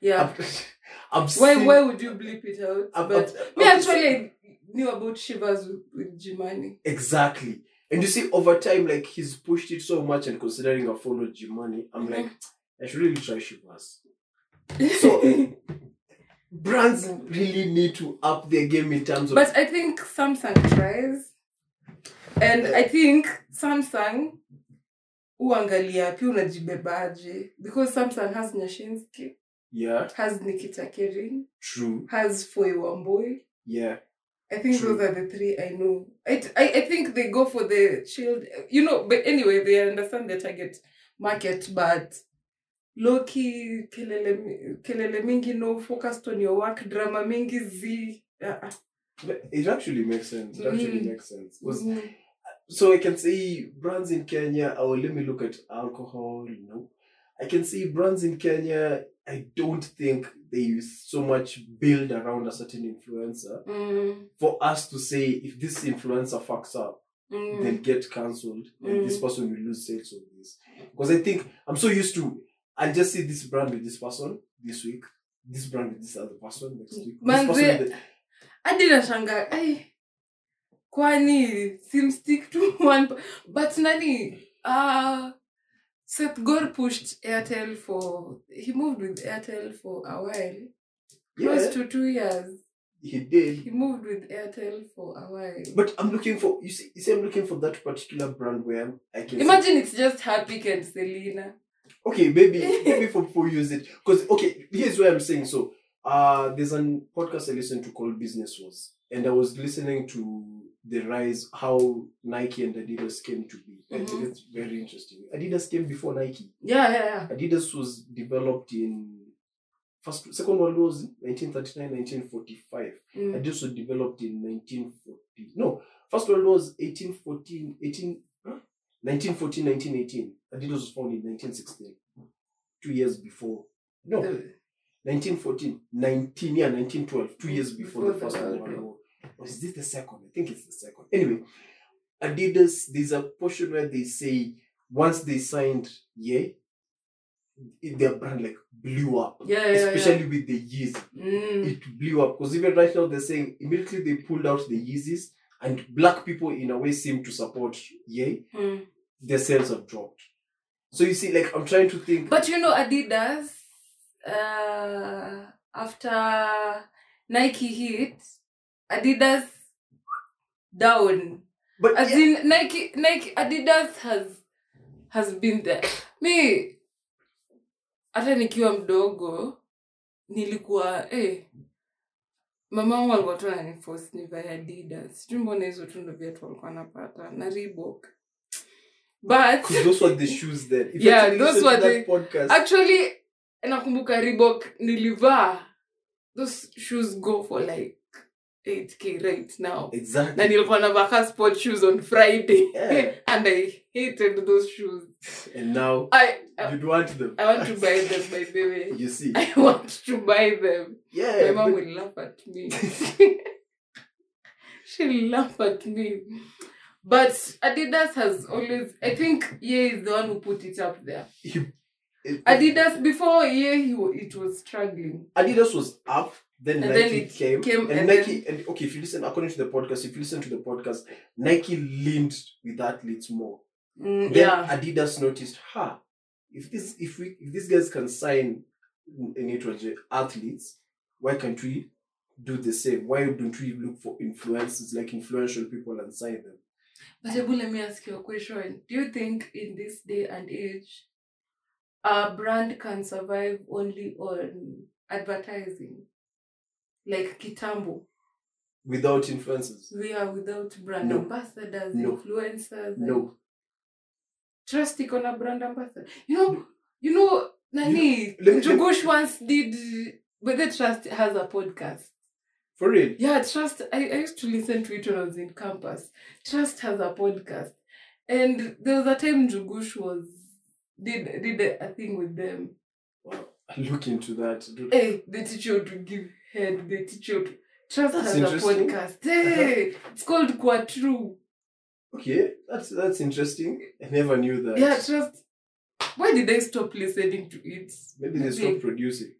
Speaker 2: Yeah.
Speaker 1: I've, I've
Speaker 2: Why?
Speaker 1: seen-
Speaker 2: Why would you bleep it out?
Speaker 1: I've-
Speaker 2: but
Speaker 1: I've-
Speaker 2: me
Speaker 1: I've-
Speaker 2: actually I knew about Shivers with, with Jimani.
Speaker 1: Exactly. And you see, over time, like he's pushed it so much, and considering I followed Jimani, I'm
Speaker 2: Mhm.
Speaker 1: like, I should really try Shivas. So- Brands really need to up their game in terms of.
Speaker 2: but I think Samsung tries, and I think Samsung uangalia pia unajibebaje because Samsung has Nyashinsky,
Speaker 1: yeah,
Speaker 2: has Nikita Kering,
Speaker 1: true.
Speaker 2: has Foy Wamboi.
Speaker 1: Yeah,
Speaker 2: I think
Speaker 1: True.
Speaker 2: those are the three I know. I, t- I, I think they go for the shield, you know, but anyway, they understand the target market, but low key, kelele, mi- kelele mingi, no focused on your work, drama mingi, z. Uh,
Speaker 1: But it actually makes sense. It actually
Speaker 2: Mm.
Speaker 1: makes sense. 'Cause- So I can say brands in Kenya. Oh, let me look at alcohol. No, I can see brands in Kenya. I don't think they use so much build around a certain influencer
Speaker 2: mm,
Speaker 1: for us to say if this influencer fucks up.
Speaker 2: mm,
Speaker 1: then get cancelled and this
Speaker 2: Mm.
Speaker 1: person will lose sales of this because i think i'm so used to i just see this brand with this person this week this brand with this other person next week this
Speaker 2: Manze-
Speaker 1: person with the-
Speaker 2: hadi nashanga ai kwani simstick to one p- but nani uh, Seth Gore pushed Airtel for he moved with Airtel for a while close
Speaker 1: yeah
Speaker 2: to two years
Speaker 1: he did.
Speaker 2: He moved with Airtel for a while.
Speaker 1: But I'm looking for you see, you see I'm looking for that particular brand where I can say-
Speaker 2: Imagine it's just Happy and Selena.
Speaker 1: okay maybe maybe for people use it because okay here's what i'm saying so uh there's a podcast i listened to called business wars and i was listening to the rise how nike and adidas came to be i think
Speaker 2: Mhm.
Speaker 1: it's very interesting adidas came before nike
Speaker 2: Yeah, yeah, yeah.
Speaker 1: adidas was developed in first second world war was 1939 1945
Speaker 2: Mm.
Speaker 1: and this was developed in 1940 no first world war was 1814 18 huh? 1914 1918 and it was founded in 1916 two years before no
Speaker 2: The-
Speaker 1: 1914 19 yeah 1912 two years before, the
Speaker 2: Before the
Speaker 1: first world
Speaker 2: World War.
Speaker 1: war or is this the second i think it's the second anyway adidas there's a portion where they say once they signed yeah their brand like blew up
Speaker 2: yeah, yeah, yeah.
Speaker 1: especially with the years
Speaker 2: Mm.
Speaker 1: it blew up because even right now they're saying immediately they pulled out the Yeezys and black people in a way seem to support Yay.
Speaker 2: Mm.
Speaker 1: Their sales have dropped. So you see, like I'm trying to think.
Speaker 2: But you know, Adidas, uh, after Nike hit, Adidas down.
Speaker 1: but
Speaker 2: As
Speaker 1: yeah,
Speaker 2: in Nike, Nike, Adidas has has been there. Me, hata nikiwa mdogo nilikuwa eh, mamangu alikuwa tu ananiforce nivae Adidas. Sijui mbona hizo tu ndo viatu walikuwa anapata na Reebok. But
Speaker 1: 'cause those were the shoes then. If you
Speaker 2: Yeah,
Speaker 1: actually
Speaker 2: those
Speaker 1: listen to
Speaker 2: were
Speaker 1: that podcast.
Speaker 2: actually nakumbuka reebok nilivaa those shoes go for like 8k right now na
Speaker 1: exactly.
Speaker 2: nilikuwa navaka sport shoes on friday
Speaker 1: Yeah.
Speaker 2: and i hated those shoes
Speaker 1: And now
Speaker 2: I, I,
Speaker 1: you'd want them.
Speaker 2: i want to buy them by the way
Speaker 1: You see.
Speaker 2: Uh, i want to buy them my
Speaker 1: Yeah.
Speaker 2: mom
Speaker 1: But,
Speaker 2: will laugh at me she'll laugh at me but adidas has always i think ye is the one who put it up there
Speaker 1: it-
Speaker 2: Adidas before yeah he, wa- it was struggling.
Speaker 1: Adidas was up, then
Speaker 2: And
Speaker 1: Nike
Speaker 2: then it
Speaker 1: came,
Speaker 2: came,
Speaker 1: and,
Speaker 2: and
Speaker 1: Nike. And okay, if you listen, according to the podcast, if you listen to the podcast, Nike leaned with athletes more.
Speaker 2: Mm,
Speaker 1: Then
Speaker 2: yeah.
Speaker 1: Adidas noticed, ha, if this if we if these guys can sign Nitrogen athletes, why can't we do the same? Why don't we look for influencers like influential people and sign them?
Speaker 2: But Abu, let me ask you a question. Do you think in this day and age, a brand can survive only on advertising, like Kitambo?
Speaker 1: Without influencers?
Speaker 2: We are without brand
Speaker 1: No.
Speaker 2: ambassadors,
Speaker 1: No.
Speaker 2: influencers. and-
Speaker 1: No.
Speaker 2: Trust iko na brand ambassador. You know, you know, Nani
Speaker 1: let me-
Speaker 2: Jugush once did. But the trust has a podcast.
Speaker 1: For real.
Speaker 2: Yeah, Trust. I, I used to listen to it when I was in campus. Trust has a podcast, and there was a time Jugush was did did a thing with them.
Speaker 1: Wow. I look into that. Do-
Speaker 2: Hey, they teach you to give head. They teach you. To, Trust
Speaker 1: That's
Speaker 2: has a
Speaker 1: interesting.
Speaker 2: podcast. Hey, it's called Quatru.
Speaker 1: Okay, that's that's interesting. I never knew that.
Speaker 2: Yeah, Trust. Why did I stop listening to it?
Speaker 1: Maybe they stopped producing.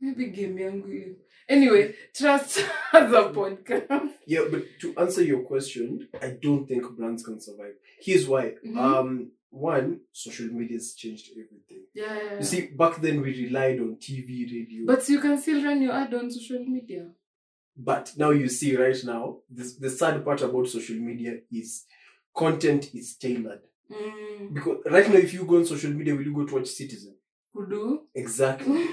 Speaker 2: Maybe game yangu. hiyo. Anyway, Trust has a podcast.
Speaker 1: Yeah, but to answer your question, I don't think brands can survive. Here's why.
Speaker 2: Mhm.
Speaker 1: Um, one, social media's changed everything.
Speaker 2: Yeah.
Speaker 1: You see, back then we relied on TV, radio, but,
Speaker 2: But you can still run your ad on social media.
Speaker 1: now you see right now this, the sad part about social media is content is tailored
Speaker 2: Mm.
Speaker 1: because right now if you go on social media, will you go to watch Citizen?
Speaker 2: Kudu. Mm.
Speaker 1: Exactly.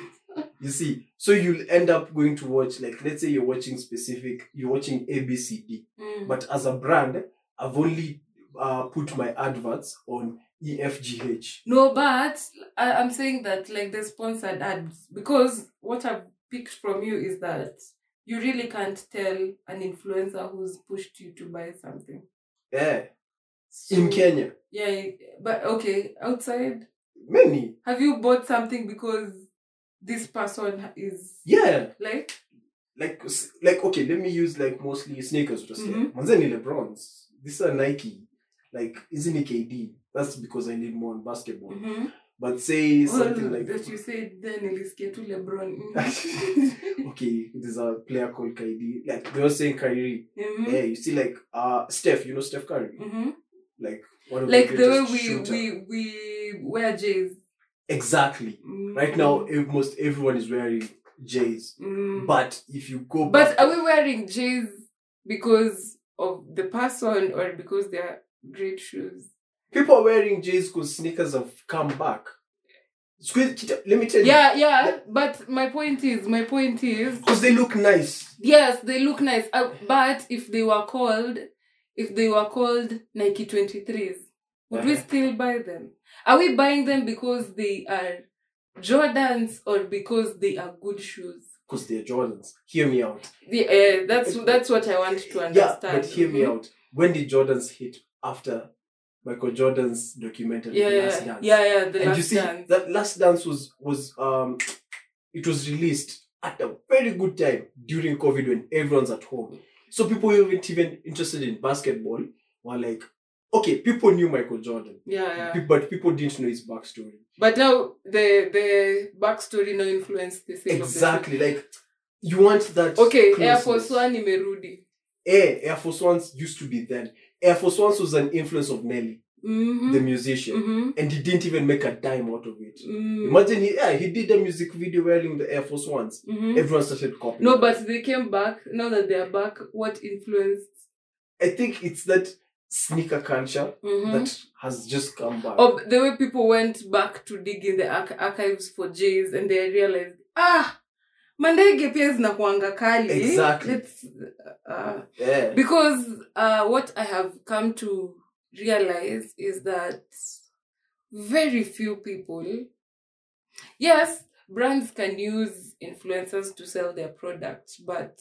Speaker 1: you see, so you'll end up going to watch like let's say you're watching specific, you're watching ABCD,
Speaker 2: Mm.
Speaker 1: but as a brand, I've only uh, put my adverts on E EFGH.
Speaker 2: no, but I, I'm saying that like the sponsored ads because what I've picked from you is that you really can't tell an influencer who's pushed you to buy something.
Speaker 1: Yeah, Eh, in
Speaker 2: So-
Speaker 1: Kenya,
Speaker 2: Yeah, it- but okay, outside,
Speaker 1: many.
Speaker 2: have you bought something because this person is
Speaker 1: Yeah.
Speaker 2: like
Speaker 1: like s- like okay let me use like mostly sneakers utasikia
Speaker 2: Mhm.
Speaker 1: manze ni lebrons this are nike like hizi ni kd that's because i need more on basketball
Speaker 2: mhm.
Speaker 1: but say something
Speaker 2: well,
Speaker 1: like
Speaker 2: that you said then ilisikia tu LeBron. Mm-hmm.
Speaker 1: okay there's a player called kd like they were saying kyrie
Speaker 2: Mhm.
Speaker 1: yeah you see like uh steph you know steph curry
Speaker 2: Mhm.
Speaker 1: like one of
Speaker 2: Mm-hmm. Like
Speaker 1: the,
Speaker 2: the way
Speaker 1: greatest
Speaker 2: we
Speaker 1: shooter.
Speaker 2: we we wear J's
Speaker 1: exactly
Speaker 2: Mm. Mm-hmm.
Speaker 1: right now ev- most everyone is wearing J's.
Speaker 2: Mm.
Speaker 1: But if you go
Speaker 2: But
Speaker 1: back,
Speaker 2: are we wearing J's because of the person or because they are great shoes?
Speaker 1: people are wearing J's because sneakers have come back. Squeeze, let me tell you,
Speaker 2: Yeah, yeah. But my point is, my point is,
Speaker 1: because they look nice.
Speaker 2: yes, they look nice. Uh, but if they were called, if they were called Nike 23s, would we
Speaker 1: Yeah.
Speaker 2: still buy them? Are we buying them because they are Jordans or because they are good shoes?
Speaker 1: Because they're Jordans. Hear me out.
Speaker 2: The, uh, that's that's what I want to understand.
Speaker 1: Yeah, but hear me
Speaker 2: Mhm.
Speaker 1: out. When did Jordans hit after Michael Jordan's documentary
Speaker 2: Yeah,
Speaker 1: The Last
Speaker 2: yeah,
Speaker 1: Dance?
Speaker 2: yeah, yeah. The
Speaker 1: and
Speaker 2: last
Speaker 1: you see
Speaker 2: dance.
Speaker 1: that Last Dance was was um it was released at a very good time during COVID when everyone's at home. So people who weren't even interested in basketball were like, okay, people knew Michael Jordan,
Speaker 2: yeah, yeah.
Speaker 1: pe- but people didn't know his backstory.
Speaker 2: But now the the backstory no influence the sale
Speaker 1: Exactly, like you want that.
Speaker 2: of the shoe. Okay, Air
Speaker 1: closeness.
Speaker 2: Force One imerudi.
Speaker 1: Eh, Air Force Ones used to be then. Air Force Ones was an influence of Nelly, the
Speaker 2: Mm-hmm.
Speaker 1: musician,
Speaker 2: Mm-hmm.
Speaker 1: and he didn't even make a dime out of it.
Speaker 2: Mm-hmm.
Speaker 1: Imagine he, yeah, he did a music video wearing the Air Force Ones.
Speaker 2: Mm.
Speaker 1: Everyone started copying.
Speaker 2: Mm-hmm. No, but they came back. Now that they are back, what influenced?
Speaker 1: I think it's that sneaker culture
Speaker 2: Mm-hmm.
Speaker 1: that has just come back.
Speaker 2: Or the way people went back to dig in the arch- archives for J's and they realized, ah, mandege pia zinakuanga kali.
Speaker 1: Exactly.
Speaker 2: Let's, uh,
Speaker 1: yeah.
Speaker 2: because uh, what I have come to realize is that very few people, yes, brands can use influencers to sell their products, but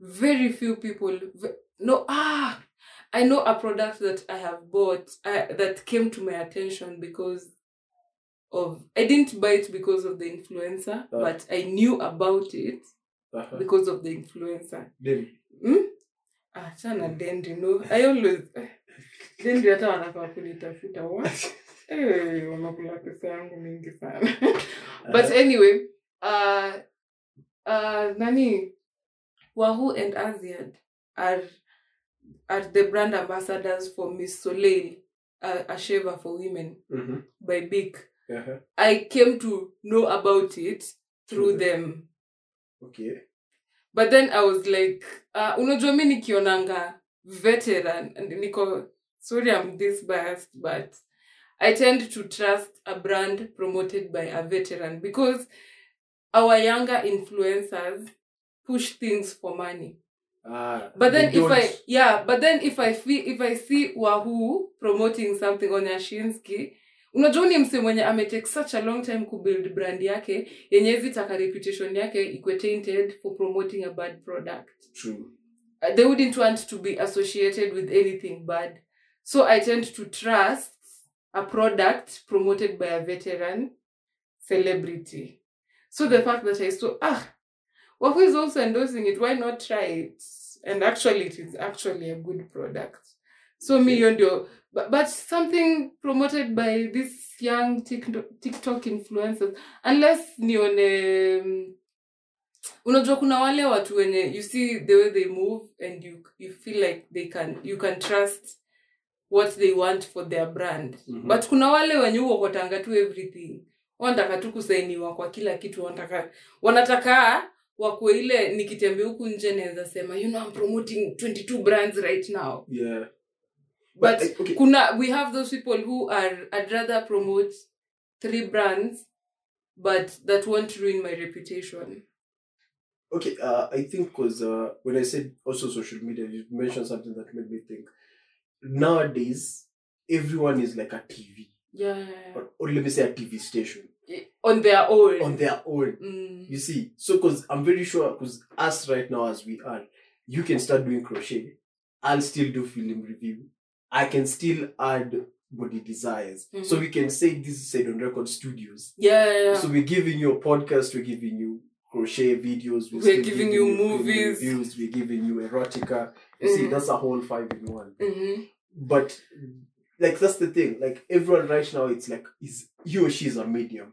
Speaker 2: very few people ve- no ah i know a product that i have bought uh, that came to my attention because of i didn't buy it because of the influencer
Speaker 1: Uh.
Speaker 2: but i knew about it
Speaker 1: Uh-huh.
Speaker 2: because of the influencer
Speaker 1: Then-
Speaker 2: achana dendi no i always dendi hata wanafaa kunitafuta wa
Speaker 1: Uh-huh.
Speaker 2: Eh, wanakula pesa yangu mingi sana but
Speaker 1: Uh-huh.
Speaker 2: anyway uh, uh, nani wahoo and asiad are are the brand ambassadors for miss soleil uh, a shaver for women
Speaker 1: Mhm.
Speaker 2: by big
Speaker 1: Uh-huh.
Speaker 2: i came to know about it through
Speaker 1: Through them.
Speaker 2: them
Speaker 1: Okay.
Speaker 2: but then i was like uh, unajua mi nikionanga veteran and niko sorry i'm this biased but i tend to trust a brand promoted by a veteran because our younger influencers push things for money
Speaker 1: Ah,
Speaker 2: but then
Speaker 1: they
Speaker 2: if i
Speaker 1: don't-
Speaker 2: yeah but then if i feel, if i see wahoo promoting something on yashinsky unajua ni mse mwenye ametake such a long time kubuild brand yake yenye hizi taka reputation yake ikwe tainted for promoting a bad product
Speaker 1: True.
Speaker 2: Uh, they wouldn't want to be associated with anything bad so i tend to trust a product promoted by a veteran celebrity so the fact that i saw ah wahoo is also endorsing it why not try it and actually it is actually a good product so me hiyo ndio but, but something promoted by this young tiktok, TikTok influencers unless nione um, unajua kuna wale watu wenye you see the way they move and you, you feel like they can you can trust what they want for their brand
Speaker 1: Mhm.
Speaker 2: but kuna wale wenye uokotanga tu everything wanataka tu kusainiwa kwa kila kitu wanataka wanataka wakue ile nikitembea huku nje naweza sema you know I'm promoting 22 brands right now
Speaker 1: Yeah.
Speaker 2: but
Speaker 1: I- okay.
Speaker 2: kuna we have those people who are i'd rather promote three brands but that won't ruin my reputation
Speaker 1: Okay, uh, I think because uh, when I said also social media, you mentioned something that made me think. Nowadays, everyone is like a TV,
Speaker 2: yeah, yeah, yeah.
Speaker 1: or, or let me say a TV station
Speaker 2: on their own.
Speaker 1: on their own.
Speaker 2: mm.
Speaker 1: You see, so because I'm very sure, because us right now as we are, you can start doing crochet. I'll still do film review. I can still add body desires. So
Speaker 2: Mhm.
Speaker 1: we can say this is said on record studios.
Speaker 2: yeah, yeah, yeah.
Speaker 1: So we're giving you a podcast, we're giving you crochet videos,
Speaker 2: We're
Speaker 1: still
Speaker 2: giving you
Speaker 1: film
Speaker 2: movies.
Speaker 1: reviews, we're giving you erotica. You see,
Speaker 2: Mhm.
Speaker 1: that's a whole five in one.
Speaker 2: Mhm.
Speaker 1: But like that's the thing. Like everyone right now, it's like is he or she's a medium.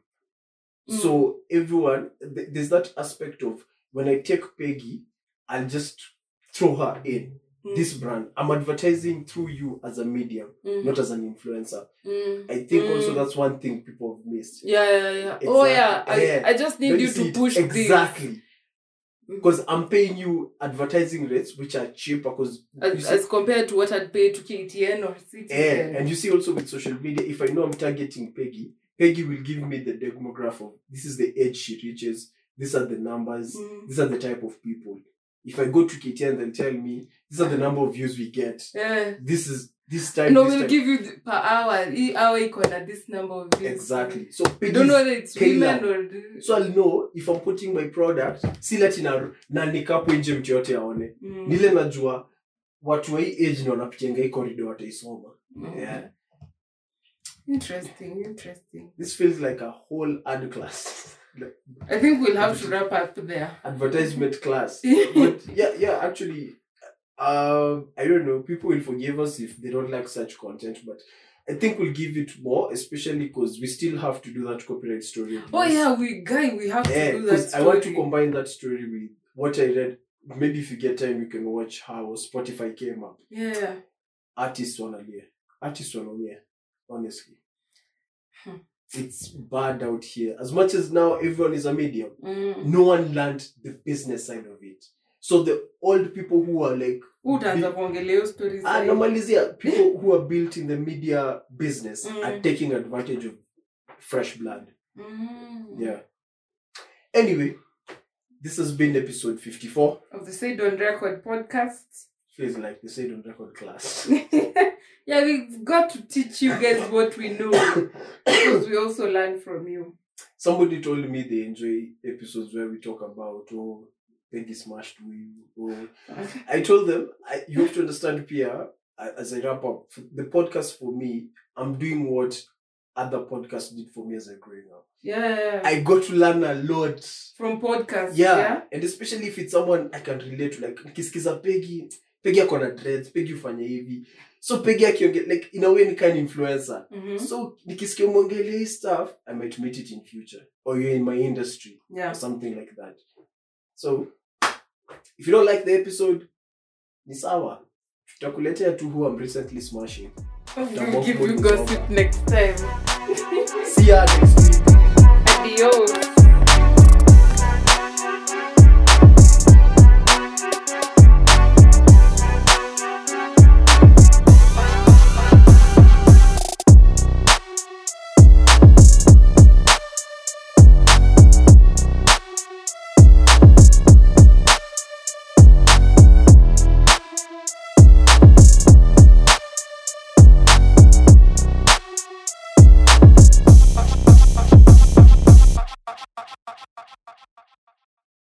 Speaker 2: Mm.
Speaker 1: So everyone, th- there's that aspect of when I take Peggy, I'll just throw her in.
Speaker 2: Mm.
Speaker 1: this brand i'm advertising through you as a medium
Speaker 2: Mm.
Speaker 1: not as an influencer
Speaker 2: Mm.
Speaker 1: i think also
Speaker 2: Mm.
Speaker 1: that's one thing people have missed
Speaker 2: Yeah, yeah, yeah. Oh, yeah. I,
Speaker 1: Exactly. Yeah.
Speaker 2: I just need
Speaker 1: Don't
Speaker 2: you
Speaker 1: see
Speaker 2: to
Speaker 1: it?
Speaker 2: push
Speaker 1: exactly
Speaker 2: Mm.
Speaker 1: because i'm paying you advertising rates which are cheaper because you
Speaker 2: this.
Speaker 1: see,
Speaker 2: As, as compared to what I'd pay to KTN or CTN.
Speaker 1: yeah, and you see also with social media if i know i'm targeting peggy peggy will give me the demographic of this is the age she reaches these are the numbers
Speaker 2: Mm.
Speaker 1: these are the type of people if i go to ktn they'll tell me these are the number of views we get
Speaker 2: yeah.
Speaker 1: this is this type
Speaker 2: No,
Speaker 1: this
Speaker 2: we'll
Speaker 1: type.
Speaker 2: give you the, per hour. E hour equal at this number of views.
Speaker 1: exactly so
Speaker 2: We
Speaker 1: Peggy's-
Speaker 2: don't know whether it's
Speaker 1: Taylor.
Speaker 2: women or. the-
Speaker 1: so i'll know if i'm putting my product si latina na nikapo nje mtu yote aone
Speaker 2: Mm.
Speaker 1: nile najua watu wa hii age ndo wanapitianga hii corridor wataisoma
Speaker 2: Mm.
Speaker 1: Yeah.
Speaker 2: Interesting, interesting.
Speaker 1: this feels like a whole ad class like
Speaker 2: I think we'll have to wrap up there.
Speaker 1: advertisement class but yeah yeah actually um i don't know people will forgive us if they don't like such content but i think we'll give it more especially because we still have to do that copyright story
Speaker 2: Oh yeah, we guy, we have
Speaker 1: yeah
Speaker 2: to do that.
Speaker 1: because i
Speaker 2: Story.
Speaker 1: want to combine that story with what i read maybe if you get time you can watch how spotify came up
Speaker 2: Yeah,
Speaker 1: artists wanalia artists wanalia honestly
Speaker 2: Hmm.
Speaker 1: it's bad out here as much as now everyone is a medium
Speaker 2: mm.
Speaker 1: no one learned the business side of it. So the old people who are like
Speaker 2: utaanza kuongelea hiyo story
Speaker 1: ah,
Speaker 2: zaidi.
Speaker 1: normalizia people who are built in the media business
Speaker 2: Mm.
Speaker 1: are taking advantage of fresh blood.
Speaker 2: Mm.
Speaker 1: Yeah. Anyway, this has been episode 54.
Speaker 2: of the Said on Record podcast.
Speaker 1: Feels like the said on record class.
Speaker 2: yeah, we've got to teach you guys what we know because we also learn from you.
Speaker 1: Somebody told me they enjoy episodes where we talk about oh Peggy smashed we oh I told them, I, you have to understand, Pia, a- as I wrap up, the podcast for me, I'm doing what other podcasts did for me as I growing up.
Speaker 2: Yeah,
Speaker 1: I got to learn a lot.
Speaker 2: from podcasts.
Speaker 1: Yeah.
Speaker 2: yeah?
Speaker 1: And especially if it's someone I can relate to, like, nikisikiza Peggy, Peggy ako na dreads, Peggy ufanya hivi. So Peggy akiongea, like, in a way ni kind influencer.
Speaker 2: Mhm.
Speaker 1: So nikisikia mwongelea hii stuff, I might meet it in future. Or you're in my industry or
Speaker 2: Yeah.
Speaker 1: something like that. So if you don't like the episode, ni sawa. Tutakuletea tu who I'm recently smashing.
Speaker 2: We'll give you gossip next time.
Speaker 1: See ya next week.
Speaker 2: Adios.